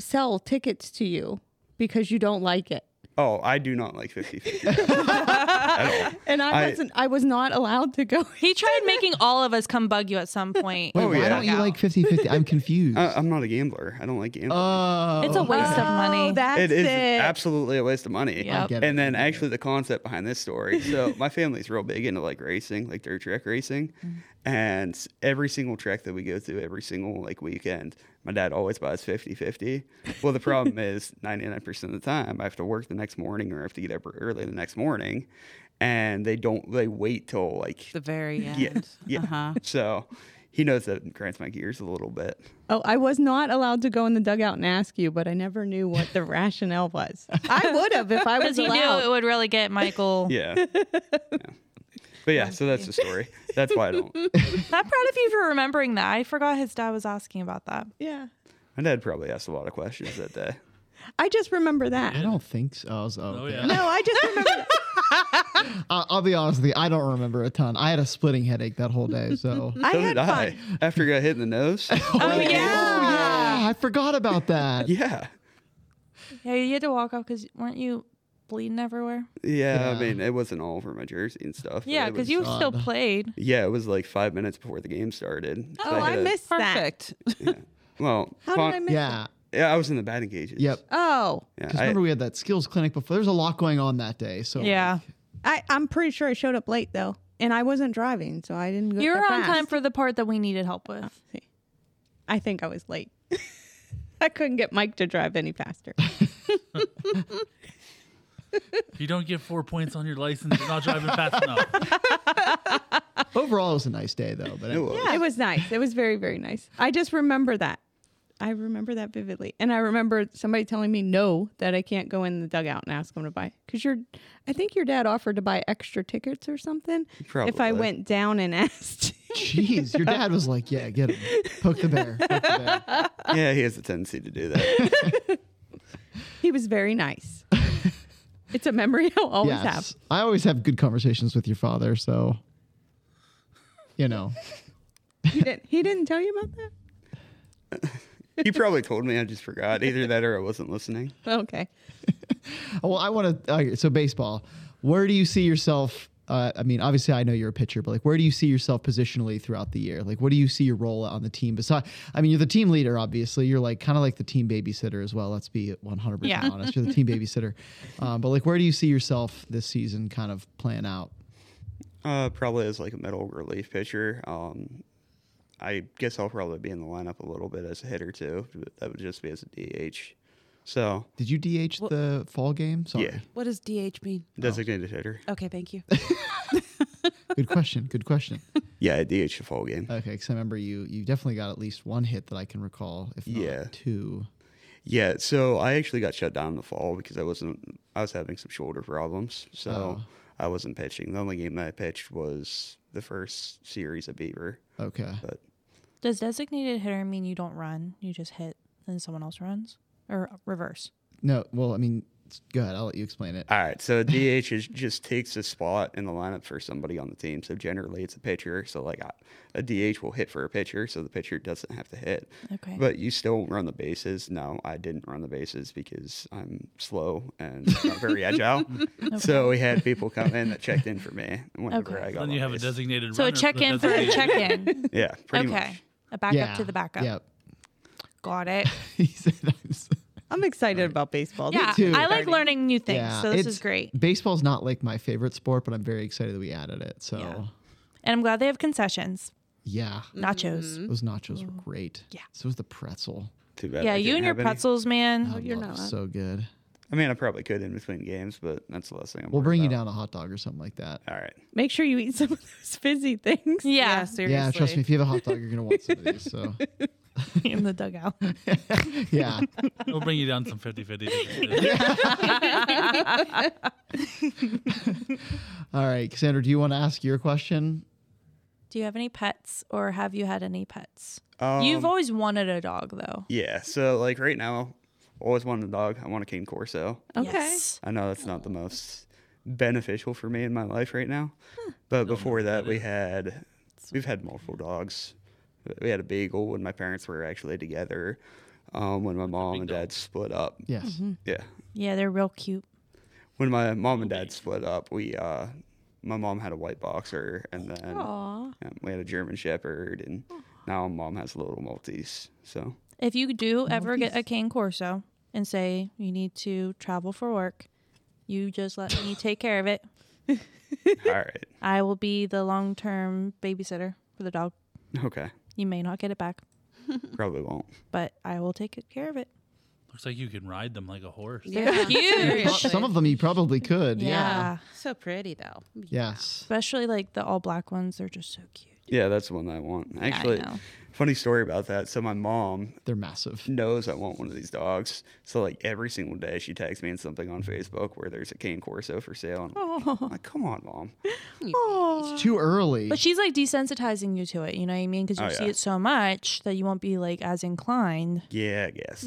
Speaker 7: sell tickets to you because you don't like it,
Speaker 8: Oh, I do not like 50 50.
Speaker 7: and I,
Speaker 8: I-
Speaker 7: wasn't. I was not allowed to go.
Speaker 4: he tried making all of us come bug you at some point.
Speaker 3: Wait,
Speaker 8: Oh,
Speaker 3: why
Speaker 8: yeah. Uh-uh.
Speaker 3: don't you like 50 50? I'm confused.
Speaker 8: I, I'm not a gambler. I don't like gambling.
Speaker 3: oh,
Speaker 4: It's a waste of money.
Speaker 7: Oh, that's
Speaker 8: it is absolutely a waste of money.
Speaker 4: Yep. I
Speaker 3: get it,
Speaker 8: And then
Speaker 3: I get
Speaker 8: actually the concept behind this story. So my family's real big into like racing, like dirt track racing.
Speaker 4: Mm.
Speaker 8: And every single track that we go to every single like weekend, my dad always buys 50 50. Well, the problem is 99% of the time I have to work the next morning or I have to get up early the next morning. And they don't, they wait till like
Speaker 5: the very end.
Speaker 8: Yeah. Yeah.
Speaker 5: Uh-huh.
Speaker 8: So he knows that grinds my gears a little bit.
Speaker 7: Oh, I was not allowed to go in the dugout and ask you, but I never knew what the rationale was. I would have if I
Speaker 4: Because
Speaker 7: was
Speaker 4: he knew
Speaker 7: allowed.
Speaker 4: it would really get Michael.
Speaker 8: Yeah. yeah. But yeah, so that's the story. That's why I don't.
Speaker 4: I'm proud of you for remembering that. I forgot his dad was asking about that.
Speaker 7: Yeah,
Speaker 8: My dad probably asked a lot of questions that day.
Speaker 7: I just remember that.
Speaker 3: I don't think so. I was- oh,
Speaker 6: Oh,
Speaker 3: okay.
Speaker 6: yeah.
Speaker 7: No, I just remember.
Speaker 3: I- I'll be honest with you. I don't remember a ton. I had a splitting headache that whole day. So.
Speaker 4: Oh,
Speaker 7: I
Speaker 8: so
Speaker 7: had
Speaker 8: did
Speaker 7: fun.
Speaker 8: I. After I got hit in the nose.
Speaker 7: Oh, yeah.
Speaker 3: Oh yeah, I forgot about that.
Speaker 8: yeah.
Speaker 4: Yeah, you had to walk off because weren't you bleeding everywhere?
Speaker 8: Yeah,
Speaker 3: Yeah.
Speaker 8: I mean, it wasn't all over my jersey and stuff. but
Speaker 4: Yeah,
Speaker 8: it
Speaker 4: because
Speaker 8: was-
Speaker 4: you still
Speaker 3: God.
Speaker 4: played.
Speaker 8: Yeah, it was like five minutes before the game started.
Speaker 7: Oh, I
Speaker 8: hit a-
Speaker 7: missed that.
Speaker 5: Perfect.
Speaker 8: Well,
Speaker 7: How
Speaker 8: Con-
Speaker 7: did I miss
Speaker 3: Yeah.
Speaker 7: that?
Speaker 8: yeah, I was in the batting cages.
Speaker 3: Yep.
Speaker 7: Oh,
Speaker 8: Yeah,
Speaker 3: Because
Speaker 8: I-
Speaker 3: remember we had that skills clinic before. There's a lot going on that day. So
Speaker 5: Yeah.
Speaker 7: I, I'm pretty sure I showed up late though, and I wasn't driving, so I didn't go.
Speaker 4: You were
Speaker 7: that
Speaker 4: on time
Speaker 7: fast.
Speaker 4: for the part that we needed help with.
Speaker 7: I think I was late. I couldn't get Mike to drive any faster.
Speaker 6: If you don't get four points on your license, you're not driving fast enough.
Speaker 3: overall, it was a nice day though. But
Speaker 8: It was.
Speaker 7: It was nice. It was very, very nice. I just remember that. I remember that vividly. And I remember somebody telling me no, that I can't go in the dugout and ask them to buy. Because your, I think your dad offered to buy extra tickets or something. If I
Speaker 8: Probably.
Speaker 7: went down and asked.
Speaker 3: jeez, your dad was like, "Yeah, get him, poke the bear." Poke the bear.
Speaker 8: Yeah, he has a tendency to do that.
Speaker 7: he was very nice. it's a memory I'll always have.
Speaker 3: Yes, I always have good conversations with your father. So, you know,
Speaker 7: He didn't, he didn't tell you about that?
Speaker 8: he probably told me. I just forgot. Either that or I wasn't listening.
Speaker 7: Okay.
Speaker 3: well, I want to. Okay, so baseball. Where do you see yourself? Uh, I mean, obviously, I know you're a pitcher, but like, where do you see yourself positionally throughout the year? Like, what do you see your role on the team? Besides, I mean, you're the team leader, obviously. You're like kind of like the team babysitter as well. Let's be 100 percent honest. You're the team babysitter, um, but like, where do you see yourself this season? Kind of playing out.
Speaker 8: Uh, probably as like a middle relief pitcher. Um, I guess I'll probably be in the lineup a little bit as a hitter too. but That would just be as a DH. So
Speaker 3: Did you DH the fall game? Sorry.
Speaker 8: yeah,
Speaker 5: What does DH mean? Oh,
Speaker 8: designated hitter.
Speaker 5: Okay, thank you.
Speaker 3: Good question. Good question.
Speaker 8: Yeah, I DH the fall game.
Speaker 3: Okay, because I remember you. You definitely got at least one hit that I can recall, if not
Speaker 8: Yeah.
Speaker 3: two.
Speaker 8: Yeah, so I actually got shut down in the fall because I wasn't. I was having some shoulder problems, so I wasn't pitching. The only game that I pitched was the first series of Beaver.
Speaker 3: Okay.
Speaker 8: But
Speaker 4: Does designated hitter mean you don't run? You just hit and someone else runs? Or reverse?
Speaker 3: No. Well, I mean, s- go ahead. I'll let you explain it.
Speaker 8: all right, so DH is, just takes a spot in the lineup for somebody on the team. So generally, it's a pitcher. So like I, a DH will hit for a pitcher, so the pitcher doesn't have to hit.
Speaker 4: Okay.
Speaker 8: But you still run the bases. No, I didn't run the bases because I'm slow and not very agile. So we had people come in that checked in for me whenever
Speaker 4: Okay.
Speaker 8: I got.
Speaker 6: then
Speaker 8: on
Speaker 6: you have a
Speaker 8: base.
Speaker 6: designated
Speaker 4: so a
Speaker 6: runner
Speaker 4: check in for a
Speaker 6: designated-
Speaker 4: check in.
Speaker 8: Yeah, pretty
Speaker 4: okay.
Speaker 8: much.
Speaker 4: A backup
Speaker 3: yeah.
Speaker 4: to the backup.
Speaker 3: Yep.
Speaker 4: Got it.
Speaker 3: He said I was-
Speaker 7: I'm excited about baseball.
Speaker 4: Yeah.
Speaker 3: too.
Speaker 4: I like learning new things.
Speaker 3: yeah.
Speaker 4: so this
Speaker 3: it's-
Speaker 4: is great.
Speaker 3: Baseball's not like my favorite sport, but I'm very excited that we added it. So yeah,
Speaker 4: Yeah. And I'm glad they have concessions. Nachos.
Speaker 3: those nachos were great.
Speaker 4: Yeah.
Speaker 3: So was the pretzel.
Speaker 8: Too bad.
Speaker 4: Yeah,
Speaker 8: I
Speaker 4: you
Speaker 8: can't
Speaker 4: and your
Speaker 8: have any.
Speaker 4: pretzels, man.
Speaker 3: Oh,
Speaker 7: you're not.
Speaker 3: so good.
Speaker 8: I mean, I probably could in between games, but that's the last thing. I'm
Speaker 3: We'll
Speaker 8: worried
Speaker 3: bring you
Speaker 8: about.
Speaker 3: down a hot dog or something like that.
Speaker 8: All right.
Speaker 7: Make sure you eat some of those fizzy things.
Speaker 4: Yeah.
Speaker 5: Yeah, seriously.
Speaker 3: Yeah, trust me. If you have a hot dog, you're gonna want some of these. So
Speaker 4: in the dugout.
Speaker 3: yeah,
Speaker 6: We'll bring you down some 50 50.
Speaker 3: all right, Cassandra. Do you want to ask your question?
Speaker 4: Do you have any pets or have you had any pets?
Speaker 8: Um,
Speaker 4: You've always wanted a dog though.
Speaker 8: Yeah. So like right now, always wanted a dog. I want a King Corso.
Speaker 7: Okay.
Speaker 4: Yes.
Speaker 8: I know that's not the most beneficial for me in my life right now, but before that, we had we've had multiple dogs. We had a beagle when my parents were actually together. Um, when my mom and dad split up.
Speaker 3: Yes.
Speaker 4: Mm-hmm.
Speaker 8: Yeah.
Speaker 4: Yeah, they're real cute.
Speaker 8: When my mom and dad split up, we uh, my mom had a white boxer, and then
Speaker 7: Aw.
Speaker 8: Um, we had a German Shepherd, and now mom has a little Maltese. So
Speaker 4: If you do ever get a cane corso and say you need to travel for work, you just let me take care of it.
Speaker 8: all right,
Speaker 4: I will be the long term babysitter for the dog.
Speaker 8: okay,
Speaker 4: You may not get it back,
Speaker 8: probably won't.
Speaker 4: but I will take good care of it.
Speaker 6: Looks like you can ride them like a horse.
Speaker 5: Yeah.
Speaker 4: Huge.
Speaker 5: Seriously.
Speaker 3: Some of them you probably could. Yeah.
Speaker 5: So pretty though.
Speaker 3: Yes.
Speaker 4: Especially like the all black ones, they're just so cute.
Speaker 8: Yeah, that's the one that I want.
Speaker 4: I
Speaker 8: Actually,
Speaker 4: know.
Speaker 8: funny story about that. So my mom
Speaker 3: They're massive.
Speaker 8: knows I want one of these dogs. So like every single day, she tags me in something on Facebook where there's a cane corso for sale. And I'm like, come on, mom.
Speaker 3: It's too early.
Speaker 4: But she's like desensitizing you to it, you know what I mean? Because you
Speaker 8: Oh,
Speaker 4: see
Speaker 8: yeah.
Speaker 4: it so much that you won't be like as inclined.
Speaker 8: Yeah, I guess.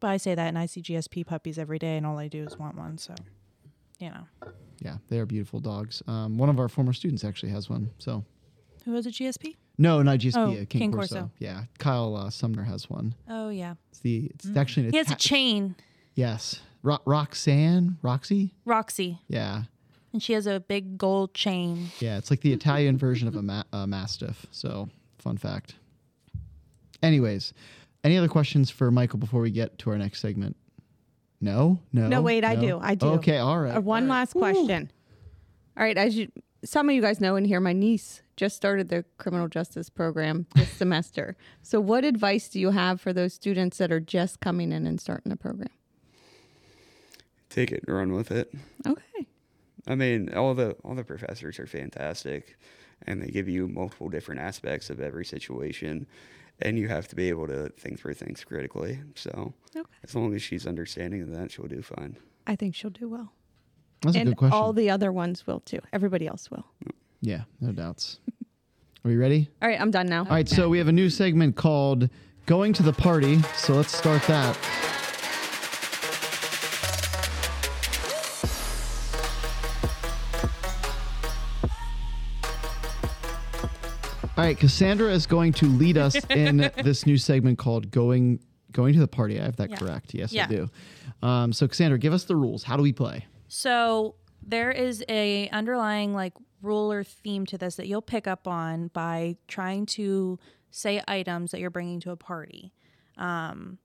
Speaker 4: But I say that and I see GSP puppies every day, and all I do is want one. So you know.
Speaker 3: Yeah, they are beautiful dogs. Um, one of our former students actually has one. So
Speaker 4: Who was a GSP?
Speaker 3: no, not GSP,
Speaker 4: Oh,
Speaker 3: uh, King,
Speaker 4: King
Speaker 3: Corso.
Speaker 4: Corso.
Speaker 3: Yeah, Kyle uh, Sumner has one.
Speaker 4: Oh yeah,
Speaker 3: It's the it's actually an
Speaker 4: he has a
Speaker 3: Ita-
Speaker 4: chain,
Speaker 3: yes, Ro- Roxanne, Roxy.
Speaker 4: Roxy,
Speaker 3: Yeah,
Speaker 4: and she has a big gold chain.
Speaker 3: yeah, it's like
Speaker 7: Mm-hmm.
Speaker 3: the Italian version of a, ma- a mastiff. So fun fact. Anyways, any other questions for Michael before we get to our next segment? No, no.
Speaker 7: No, wait, I do, I do.
Speaker 3: Okay, all right.
Speaker 7: Uh, one
Speaker 3: all right.
Speaker 7: last question. All right, as you, some of you guys know in here, my niece just started the criminal justice program this semester. So, what advice do you have for those students that are just coming in and starting the program?
Speaker 8: Take it and run with it.
Speaker 7: Okay.
Speaker 8: I mean, all the all the professors are fantastic, and they give you multiple different aspects of every situation, and you have to be able to think through things critically. So,
Speaker 7: Okay.
Speaker 8: as long as she's understanding of that, she'll do fine.
Speaker 7: I think she'll do well.
Speaker 3: That's a
Speaker 7: and
Speaker 3: good question.
Speaker 7: all the other ones will too. Everybody else will.
Speaker 3: yeah, no doubts. Are we ready?
Speaker 7: All right, I'm done now.
Speaker 3: All right, so we have a new segment called Going to the Party. So let's start that. All right, Cassandra is going to lead us in this new segment called Going Going to the Party. I have that correct. Yes,
Speaker 4: Yeah.
Speaker 3: I do. Um, so Cassandra, give us the rules. How do we play?
Speaker 4: So there is a underlying like rule or theme to this that you'll pick up on by trying to say items that you're bringing to a party. Um,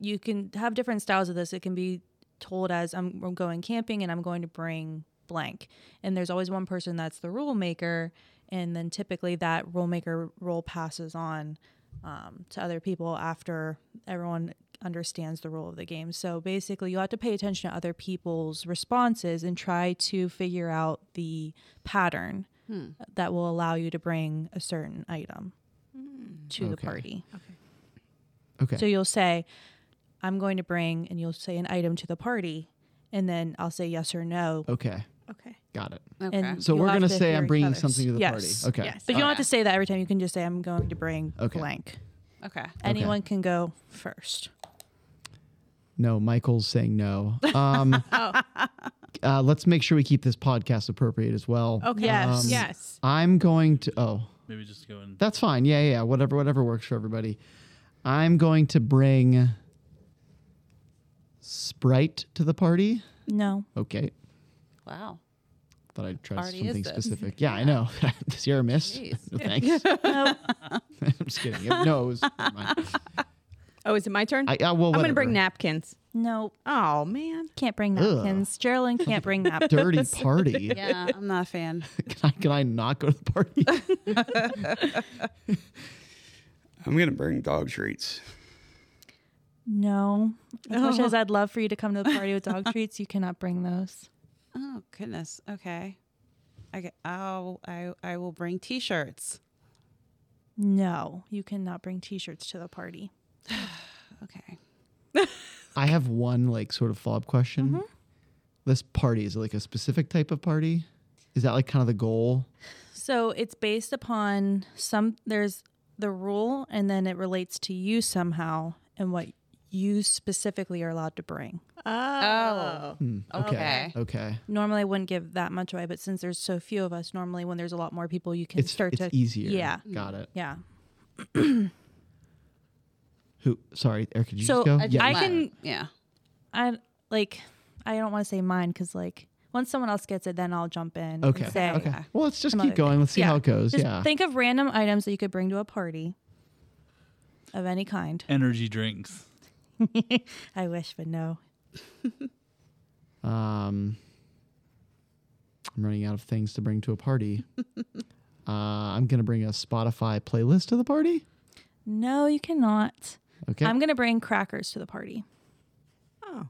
Speaker 4: you can have different styles of this. It can be told as I'm, I'm going camping and I'm going to bring blank, and there's always one person that's the rule maker, and then typically that rule maker role passes on um, to other people after everyone understands the rule of the game. So basically, you have to pay attention to other people's responses and try to figure out the pattern that will allow you to bring a certain item to the
Speaker 3: Okay.
Speaker 4: party.
Speaker 3: Okay.
Speaker 4: So you'll say, I'm going to bring, and you'll say an item to the party. And then I'll say yes or no.
Speaker 3: okay.
Speaker 7: Okay.
Speaker 3: Got it.
Speaker 5: Okay.
Speaker 4: And
Speaker 3: So
Speaker 4: you'll
Speaker 3: we're
Speaker 4: have
Speaker 3: going to
Speaker 4: to
Speaker 3: say
Speaker 4: hear
Speaker 3: I'm
Speaker 4: each
Speaker 3: bringing
Speaker 4: other's.
Speaker 3: something to the
Speaker 4: Yes.
Speaker 3: party. Okay.
Speaker 7: Yes.
Speaker 4: But you don't have
Speaker 5: Okay.
Speaker 4: to say that every time. You can just say, I'm going to bring
Speaker 3: Okay.
Speaker 4: blank.
Speaker 5: Okay.
Speaker 4: Anyone can go first.
Speaker 3: No, Michael's saying no. Um,
Speaker 5: Oh,
Speaker 3: uh, let's make sure we keep this podcast appropriate as well.
Speaker 5: Oh.
Speaker 7: Okay.
Speaker 4: Yes.
Speaker 3: Um,
Speaker 7: yes.
Speaker 3: I'm going to. Oh,
Speaker 6: Maybe just go and
Speaker 3: that's fine. Yeah, yeah, yeah. Whatever, whatever works for everybody. I'm going to bring Sprite to the party.
Speaker 4: No.
Speaker 3: Okay.
Speaker 5: Wow.
Speaker 3: Thought I'd try
Speaker 5: Party is
Speaker 3: something
Speaker 5: this.
Speaker 3: specific. Yeah, I know. Sierra missed.
Speaker 5: Jeez.
Speaker 3: No, thanks. I'm just kidding. No, it was. never mind.
Speaker 7: Oh, is it my turn?
Speaker 3: I, uh, well,
Speaker 7: I'm going to bring
Speaker 3: whatever.
Speaker 7: napkins.
Speaker 4: No.
Speaker 7: Oh, man.
Speaker 4: Can't bring
Speaker 3: Ugh.
Speaker 4: napkins. Geraldine can't bring napkins.
Speaker 3: Dirty party.
Speaker 5: Yeah, I'm not a fan.
Speaker 3: Can, I, can I not go to the party?
Speaker 8: I'm gonna bring dog treats.
Speaker 4: No. As much
Speaker 7: Oh.
Speaker 4: as I'd love for you to come to the party with dog treats, you cannot bring those.
Speaker 5: Oh goodness. Okay. I get, I'll I I will bring t-shirts.
Speaker 4: No, you cannot bring t-shirts to the party.
Speaker 5: Okay.
Speaker 3: I have one like sort of follow up question.
Speaker 4: Mm-hmm.
Speaker 3: This party is it like a specific type of party? Is that like kind of the goal?
Speaker 4: So it's based upon some there's the rule and then it relates to you somehow and what you specifically are allowed to bring.
Speaker 5: Oh.
Speaker 3: Hmm, Okay.
Speaker 5: Okay.
Speaker 3: Okay.
Speaker 4: Normally I wouldn't give that much away, but since there's so few of us, normally when there's a lot more people you can
Speaker 3: It's
Speaker 4: start
Speaker 3: it's
Speaker 4: to
Speaker 3: easier.
Speaker 4: Yeah.
Speaker 3: Got it.
Speaker 4: Yeah.
Speaker 3: Who? Sorry, Eric. Could you
Speaker 4: So,
Speaker 3: just go?
Speaker 4: I- I
Speaker 5: Mine.
Speaker 4: can-
Speaker 5: Yeah.
Speaker 4: I like I don't want to say mine cuz like once someone else gets it then I'll jump in
Speaker 3: Okay.
Speaker 4: and say
Speaker 3: okay. Well, let's just
Speaker 4: Some
Speaker 3: keep
Speaker 4: other
Speaker 3: going. Let's see
Speaker 4: Yeah.
Speaker 3: how it goes.
Speaker 4: Just
Speaker 3: yeah.
Speaker 4: think of random items that you could bring to a party of any kind.
Speaker 6: energy drinks.
Speaker 4: I wish, but no.
Speaker 3: um, I'm running out of things to bring to a party. uh, I'm gonna bring a Spotify playlist to the party.
Speaker 4: No, you cannot.
Speaker 3: Okay.
Speaker 4: I'm going to bring crackers to the party.
Speaker 7: Oh.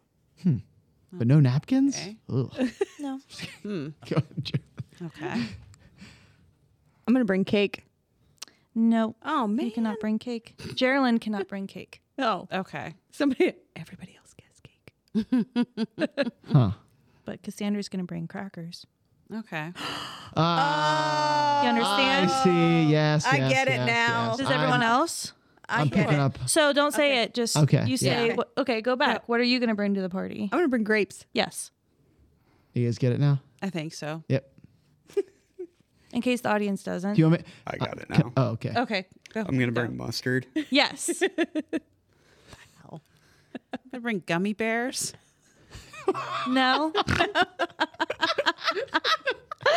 Speaker 3: but no napkins.
Speaker 5: Okay.
Speaker 3: Ugh.
Speaker 4: No. Hmm.
Speaker 3: Go ahead, Jer-
Speaker 5: Okay.
Speaker 7: I'm going to bring cake.
Speaker 4: No.
Speaker 7: Oh, man.
Speaker 4: You cannot bring cake. Geraldine cannot bring cake.
Speaker 7: Oh,
Speaker 5: Okay.
Speaker 7: somebody, everybody else gets cake.
Speaker 3: Huh.
Speaker 4: But Cassandra's going to bring crackers.
Speaker 5: Okay.
Speaker 4: Uh,
Speaker 3: Ah,
Speaker 4: You understand?
Speaker 3: I see. Yes.
Speaker 7: I
Speaker 3: yes,
Speaker 7: get it
Speaker 3: yes,
Speaker 7: now.
Speaker 3: yes.
Speaker 4: Does
Speaker 3: I'm,
Speaker 4: everyone else?
Speaker 3: I'm picking up.
Speaker 4: So don't say it. Just
Speaker 3: Okay.
Speaker 4: you
Speaker 3: Yeah.
Speaker 4: say,
Speaker 7: Okay.
Speaker 4: wh- okay, go back. What are you going to bring to the party?
Speaker 7: I'm going to bring grapes.
Speaker 4: Yes.
Speaker 3: You guys get it now?
Speaker 5: I think so.
Speaker 3: Yep.
Speaker 4: In case the audience doesn't.
Speaker 3: Do you want me?
Speaker 8: I got it now.
Speaker 3: Oh, okay.
Speaker 5: Okay. Go.
Speaker 8: I'm gonna bring mustard.
Speaker 4: yes.
Speaker 5: I bring gummy bears.
Speaker 4: no.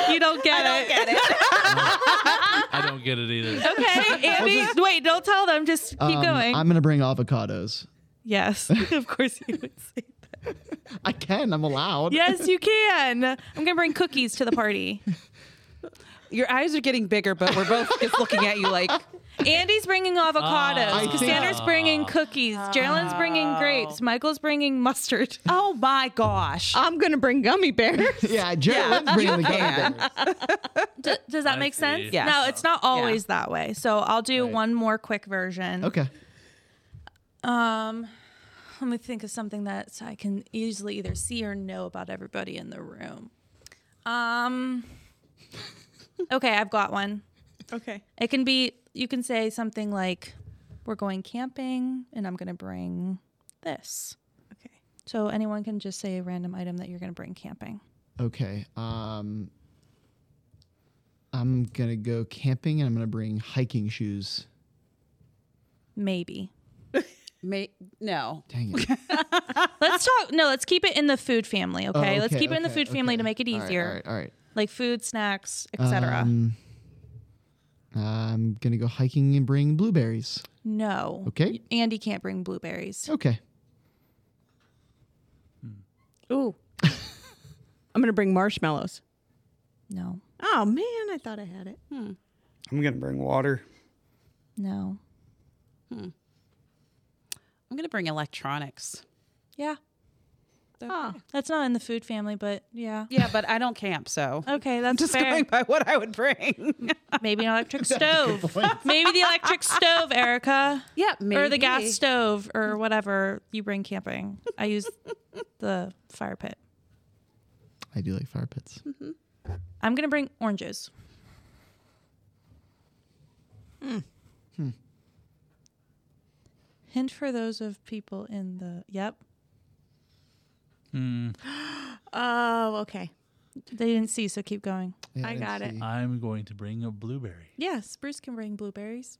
Speaker 4: you don't get it.
Speaker 6: I don't get it either.
Speaker 4: Okay, Andy. wait, don't tell them. Just keep
Speaker 3: Um,
Speaker 4: going.
Speaker 3: I'm gonna bring avocados.
Speaker 4: yes, of course you would say that.
Speaker 3: I can. I'm allowed.
Speaker 4: Yes, you can. I'm gonna bring cookies to the party.
Speaker 5: Your eyes are getting bigger, but we're both just looking at you like
Speaker 4: Andy's bringing avocados.
Speaker 6: I
Speaker 3: think-
Speaker 4: Cassandra's bringing cookies. Jalen's bringing grapes. Michael's bringing mustard.
Speaker 5: Oh my gosh.
Speaker 7: I'm gonna bring gummy bears.
Speaker 3: Yeah, Jared's bringing the gummy bears.
Speaker 4: D- does that
Speaker 6: I
Speaker 4: make
Speaker 6: see.
Speaker 4: sense?
Speaker 5: Yes.
Speaker 4: No, it's not always that way. So I'll do
Speaker 3: Right.
Speaker 4: one more quick version.
Speaker 3: Okay.
Speaker 4: Um, let me think of something that I can easily either see or know about everybody in the room. Um, okay, I've got one.
Speaker 5: Okay.
Speaker 4: It can be you can say something like, "We're going camping, and I'm going to bring this."
Speaker 5: Okay.
Speaker 4: So anyone can just say a random item that you're going to bring camping.
Speaker 3: Okay. Um, I'm gonna go camping and I'm gonna bring hiking shoes.
Speaker 4: Maybe.
Speaker 5: May- no.
Speaker 3: Dang it.
Speaker 4: Let's talk. No, let's keep it in the food family. Okay,
Speaker 3: Oh,
Speaker 4: let's keep it in the
Speaker 3: okay,
Speaker 4: food family to
Speaker 3: okay.
Speaker 4: make it
Speaker 3: All right,
Speaker 4: easier,
Speaker 3: All right. All right.
Speaker 4: like food, snacks, etc.
Speaker 3: Um, I'm gonna go hiking and bring blueberries.
Speaker 4: no.
Speaker 3: Okay.
Speaker 4: Andy can't bring blueberries.
Speaker 3: Okay.
Speaker 7: Ooh. I'm gonna bring marshmallows.
Speaker 4: No.
Speaker 7: Oh man, I thought I had it.
Speaker 8: I'm gonna bring water.
Speaker 4: No.
Speaker 5: I'm gonna bring electronics.
Speaker 4: Yeah.
Speaker 5: Oh.
Speaker 4: That's not in the food family, but yeah.
Speaker 5: Yeah, but I don't camp, so
Speaker 4: Okay, that's
Speaker 5: just
Speaker 4: fair.
Speaker 5: going by what I would bring.
Speaker 4: Maybe an electric stove. Maybe the electric stove, Erica.
Speaker 5: yeah, maybe.
Speaker 4: Or the gas stove or whatever you bring camping. I use the fire pit.
Speaker 3: I do like fire pits.
Speaker 4: I'm going to bring oranges. Hint for those of people in the. Yep.
Speaker 7: Oh, okay.
Speaker 4: They didn't see, so keep going.
Speaker 3: Yeah,
Speaker 7: I
Speaker 3: let's
Speaker 7: got it.
Speaker 3: see.
Speaker 6: I'm going to bring a blueberry.
Speaker 4: Yes, Bruce can bring blueberries.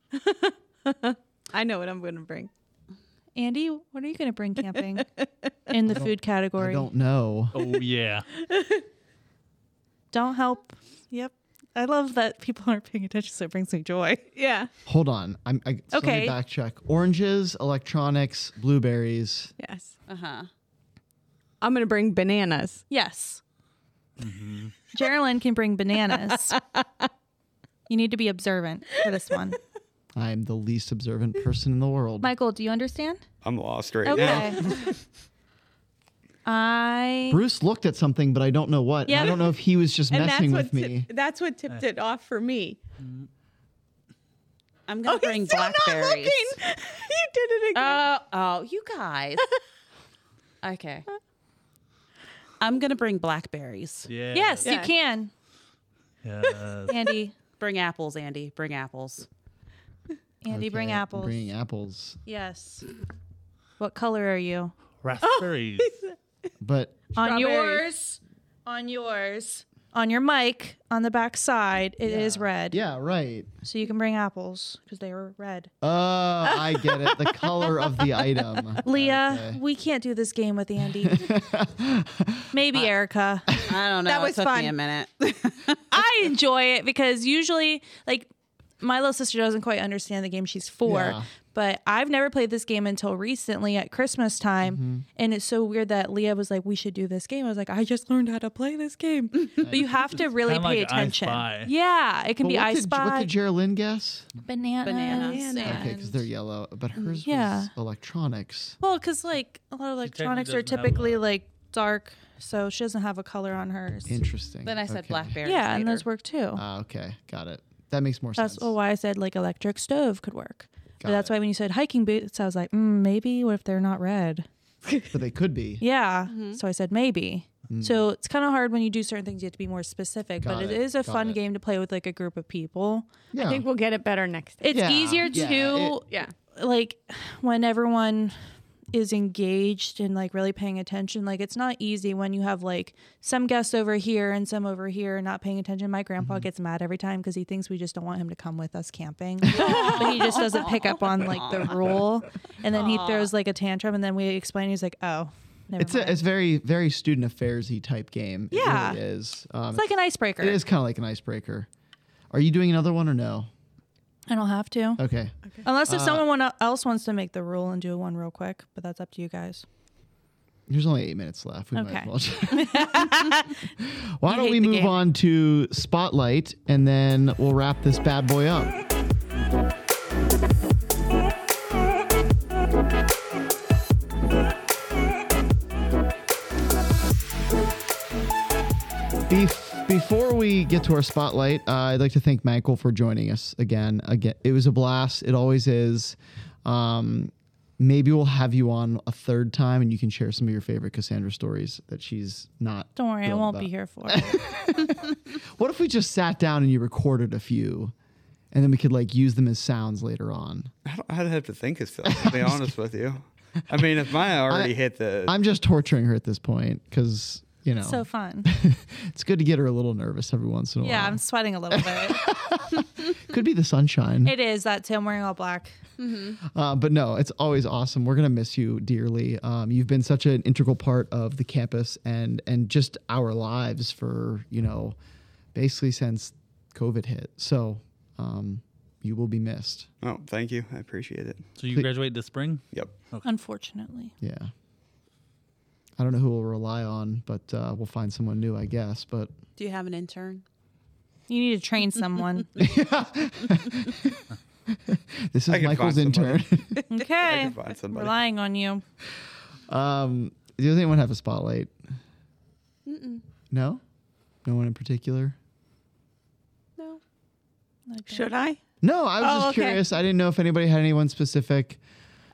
Speaker 7: I know what I'm gonna bring.
Speaker 4: Andy, what are you going to bring camping in the food
Speaker 3: I
Speaker 4: category?
Speaker 3: don't know.
Speaker 6: Oh yeah.
Speaker 4: Don't help. Yep. I love that people aren't paying attention, so it brings me joy.
Speaker 7: Yeah.
Speaker 3: Hold on. I'm I, so Let
Speaker 4: Okay.
Speaker 3: me back check. Oranges, electronics, blueberries.
Speaker 7: Yes.
Speaker 5: Uh huh.
Speaker 7: I'm gonna bring bananas.
Speaker 4: Yes.
Speaker 3: Mm-hmm.
Speaker 4: Geraldine can bring bananas. you need to be observant for this one.
Speaker 3: I'm the least observant person in the world.
Speaker 4: Michael, do you understand?
Speaker 8: I'm lost right now.
Speaker 4: Okay. I
Speaker 3: Bruce looked at something, but I don't know what. and I
Speaker 4: Yeah.
Speaker 3: don't know if he was just messing with
Speaker 7: what
Speaker 3: me. Uh,
Speaker 7: Tipped, that's what tipped it off for me.
Speaker 5: I'm gonna bring
Speaker 7: Oh, still not
Speaker 5: blackberries.
Speaker 7: looking. you did it again.
Speaker 5: Oh, oh, you guys. okay. I'm gonna bring blackberries.
Speaker 6: Yeah.
Speaker 4: yes, you
Speaker 7: Yeah.
Speaker 4: can,
Speaker 6: Yes.
Speaker 4: Andy.
Speaker 5: Bring apples, Andy. Bring apples.
Speaker 4: Andy, bring
Speaker 3: Okay,
Speaker 4: apples.
Speaker 3: Bring apples.
Speaker 4: yes. What color are you?
Speaker 6: Raspberries.
Speaker 3: But
Speaker 4: On
Speaker 7: Strawberry.
Speaker 4: yours. On yours. On your mic, on the back side, It is red.
Speaker 3: yeah, right.
Speaker 4: So you can bring apples because they were red.
Speaker 3: Oh, I get it. The color of the item.
Speaker 4: Leah,
Speaker 3: Oh, Okay.
Speaker 4: we can't do this game with Andy. Maybe Erica.
Speaker 5: I don't know.
Speaker 7: That was
Speaker 5: it took
Speaker 7: fun.
Speaker 5: me a minute.
Speaker 4: I enjoy it because usually, like, my little sister doesn't quite understand the game. She's four,
Speaker 3: Yeah.
Speaker 4: but I've never played this game until recently at Christmas time. And it's so weird that Leah was like, "We should do this game." I was like, "I just learned how to play this game," but you have to really
Speaker 6: kinda
Speaker 4: pay
Speaker 6: like I
Speaker 4: attention.
Speaker 6: Spy.
Speaker 4: Yeah, it can
Speaker 3: But
Speaker 4: be
Speaker 3: what
Speaker 4: I
Speaker 3: did, What
Speaker 4: Spy,
Speaker 3: did Geraldine guess?
Speaker 4: bananas,
Speaker 5: Bananas.
Speaker 3: Okay, because they're yellow, but hers
Speaker 4: Yeah.
Speaker 3: was electronics.
Speaker 4: Well, because like a lot of
Speaker 6: technically
Speaker 4: electronics are
Speaker 6: doesn't have
Speaker 4: typically
Speaker 6: a-
Speaker 4: like dark, so she doesn't have a color on hers.
Speaker 3: Interesting.
Speaker 5: then I said
Speaker 3: okay.
Speaker 5: blackberries.
Speaker 4: Yeah, and
Speaker 5: later.
Speaker 4: those work too.
Speaker 3: Ah, okay, got it. That makes more
Speaker 4: that's
Speaker 3: sense.
Speaker 4: oh, why I said like electric stove could work.
Speaker 3: Got
Speaker 4: but that's
Speaker 3: it.
Speaker 4: why when you said hiking boots, I was like, mm, maybe what if they're not red?
Speaker 3: But they could be.
Speaker 4: Yeah.
Speaker 6: Mm-hmm.
Speaker 4: So I said maybe. So it's kind of hard when you do certain things. You have to be more specific,
Speaker 3: Mm. Got
Speaker 4: but
Speaker 3: it,
Speaker 4: it is a
Speaker 3: got
Speaker 4: fun
Speaker 3: it.
Speaker 4: game to play with like a group of people.
Speaker 3: Yeah.
Speaker 7: I think we'll get it better next time.
Speaker 4: It's
Speaker 3: Yeah,
Speaker 4: easier
Speaker 3: yeah,
Speaker 4: to
Speaker 7: yeah.
Speaker 4: like when everyone is engaged and like really paying attention. Like it's not easy when you have like some guests over here and some over here and not paying attention. My grandpa
Speaker 3: Mm-hmm.
Speaker 4: gets mad every time because he thinks we just don't want him to come with us camping. but he just doesn't pick up on like the rule. And then he throws like a tantrum and then we explain he's like, Oh, never
Speaker 3: It's
Speaker 4: mind.
Speaker 3: a, it's very very student affairsy type game. it
Speaker 4: Yeah.
Speaker 3: really is. Um,
Speaker 4: it's like an icebreaker.
Speaker 3: it is kind of like an icebreaker. Are you doing another one or no?
Speaker 4: I don't have to.
Speaker 3: Okay. Uh,
Speaker 4: Unless if someone wanna- else wants to make the rule and do one real quick, but that's up to you guys.
Speaker 3: There's only eight minutes left. We
Speaker 4: Okay.
Speaker 3: might as well. Why don't
Speaker 4: hate
Speaker 3: we
Speaker 4: the
Speaker 3: move
Speaker 4: game.
Speaker 3: on to Spotlight and then we'll wrap this bad boy up? Bef- before we get to our spotlight, uh, I'd like to thank Michael for joining us again. Again, it was a blast. It always is. Um, maybe we'll have you on a third time, and you can share some of your favorite Cassandra stories that she's not.
Speaker 4: Don't worry, I
Speaker 3: thrilled
Speaker 4: won't
Speaker 3: about.
Speaker 4: be here for it.
Speaker 3: What if we just sat down and you recorded a few, and then we could like use them as sounds later on?
Speaker 8: I don't, I'd have to think of stuff, to be honest with you. I mean, if mine already hit the.
Speaker 3: I'm just torturing her at this point because you know
Speaker 4: so fun.
Speaker 3: it's good to get her a little nervous every once in a
Speaker 4: Yeah,
Speaker 3: while.
Speaker 4: I'm sweating a little bit.
Speaker 3: could be the sunshine.
Speaker 4: it is that too. I'm wearing all black.
Speaker 3: Uh, but no, it's always awesome. We're gonna miss you dearly. Um, you've been such an integral part of the campus and and just our lives for you know, basically since COVID hit. So um, you will be missed.
Speaker 8: oh, thank you. I appreciate it.
Speaker 6: So you graduate this spring?
Speaker 8: Yep.
Speaker 4: Unfortunately.
Speaker 3: Yeah. I don't know who we'll rely on, but uh, we'll find someone new, I guess. But
Speaker 5: Do you have an intern?
Speaker 4: You need to train someone.
Speaker 3: this
Speaker 8: I
Speaker 3: is
Speaker 8: can
Speaker 3: Michael's
Speaker 8: find
Speaker 3: intern.
Speaker 8: somebody.
Speaker 4: Okay.
Speaker 8: find somebody.
Speaker 4: Relying on you.
Speaker 3: um, does anyone have a spotlight? No, no one in particular.
Speaker 5: No.
Speaker 7: Should I?
Speaker 3: No, I was
Speaker 4: Oh,
Speaker 3: just
Speaker 4: okay.
Speaker 3: curious. I didn't know if anybody had anyone specific.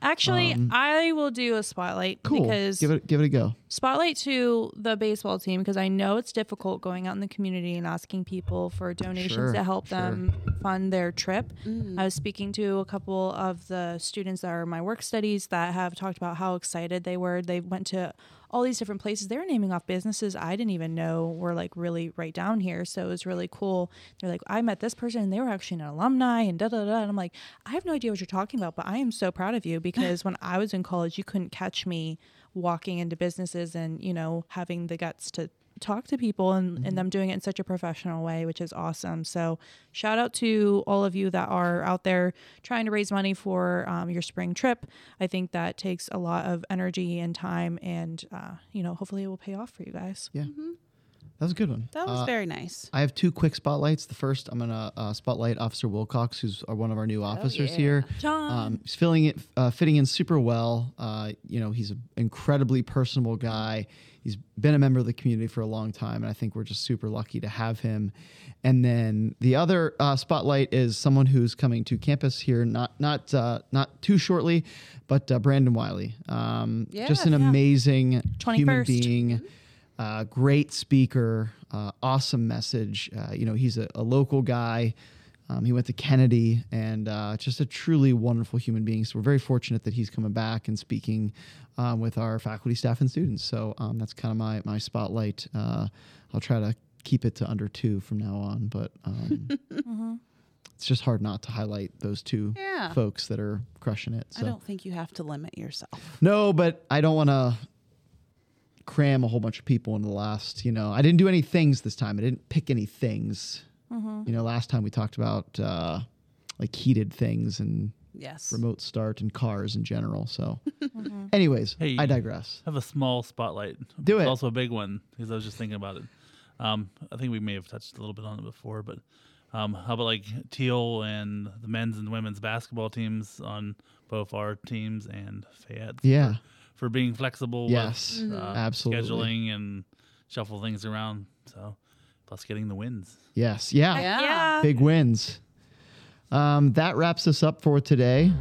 Speaker 4: Actually, I will do a spotlight
Speaker 3: Um, Cool.
Speaker 4: because
Speaker 3: give it give it a go.
Speaker 4: spotlight to the baseball team because I know it's difficult going out in the community and asking people for donations
Speaker 3: Sure,
Speaker 4: to help
Speaker 3: sure.
Speaker 4: them fund their trip.
Speaker 7: Mm.
Speaker 4: I was speaking to a couple of the students that are my work studies that have talked about how excited they were. They went to all these different places. They were naming off businesses I didn't even know were like really right down here. So it was really cool. They're like, I met this person and they were actually an alumni and da da da. And I'm like, I have no idea what you're talking about, but I am so proud of you because when I was in college, you couldn't catch me walking into businesses and you know having the guts to talk to people and, and them doing it in such a professional way which is awesome so shout out to all of you that are out there trying to raise money for um, your spring trip i think that takes a lot of energy and time and uh, you know hopefully it will pay off for you guys
Speaker 3: That was a good one. Uh,
Speaker 5: That was very nice.
Speaker 3: I have two quick spotlights. The first, I'm gonna uh, spotlight Officer Wilcox, who's uh, one of our new officers here.
Speaker 4: John.
Speaker 3: um, he's filling it, uh, fitting in super well. Uh, you know, he's an incredibly personable guy. He's been a member of the community for a long time, and I think we're just super lucky to have him. And then the other uh, spotlight is someone who's coming to campus here not not uh, not too shortly, but uh, Brandon Wiley. Um, just an amazing human
Speaker 4: 21st.
Speaker 3: being being,
Speaker 5: Mm-hmm.
Speaker 3: uh, great speaker, uh, awesome message. Uh, you know, he's a, a local guy. Um, he went to Kennedy and uh, just a truly wonderful human being. So we're very fortunate that he's coming back and speaking um, with our faculty, staff, and students. So um, that's kind of my my spotlight. Uh, I'll try to keep it to under two from now on, but um, it's just hard not to highlight those two
Speaker 5: Mm-hmm. Yeah.
Speaker 3: folks that are crushing it. So.
Speaker 5: I don't think you have to limit yourself.
Speaker 3: No, but I don't want to cram a whole bunch of people into the last. You know, I didn't do any things this time. I didn't pick any things. You know, last time we talked about uh, like heated things and
Speaker 5: Yes.
Speaker 3: remote start and cars in general. So, anyways,
Speaker 6: Hey.
Speaker 3: I digress.
Speaker 6: I have a small spotlight.
Speaker 3: Do
Speaker 6: It's
Speaker 3: it.
Speaker 6: Also a big one because I was just thinking about it. Um, I think we may have touched a little bit on it before, but um, how about like Teal and the men's and women's basketball teams on both our teams and Fayette's
Speaker 3: Yeah.
Speaker 6: for being flexible
Speaker 3: Yes.
Speaker 6: with uh,
Speaker 3: Absolutely.
Speaker 6: scheduling and shuffle things around. So plus getting the wins.
Speaker 3: Yes. Yeah.
Speaker 5: Yeah.
Speaker 3: Big wins. Um, that wraps us up for today.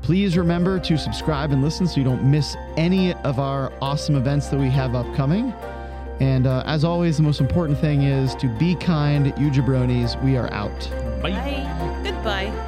Speaker 3: Please remember to subscribe and listen so you don't miss any of our awesome events that we have upcoming. And uh, as always, the most important thing is to be kind, you jabronis. We are out.
Speaker 6: Bye.
Speaker 5: Goodbye.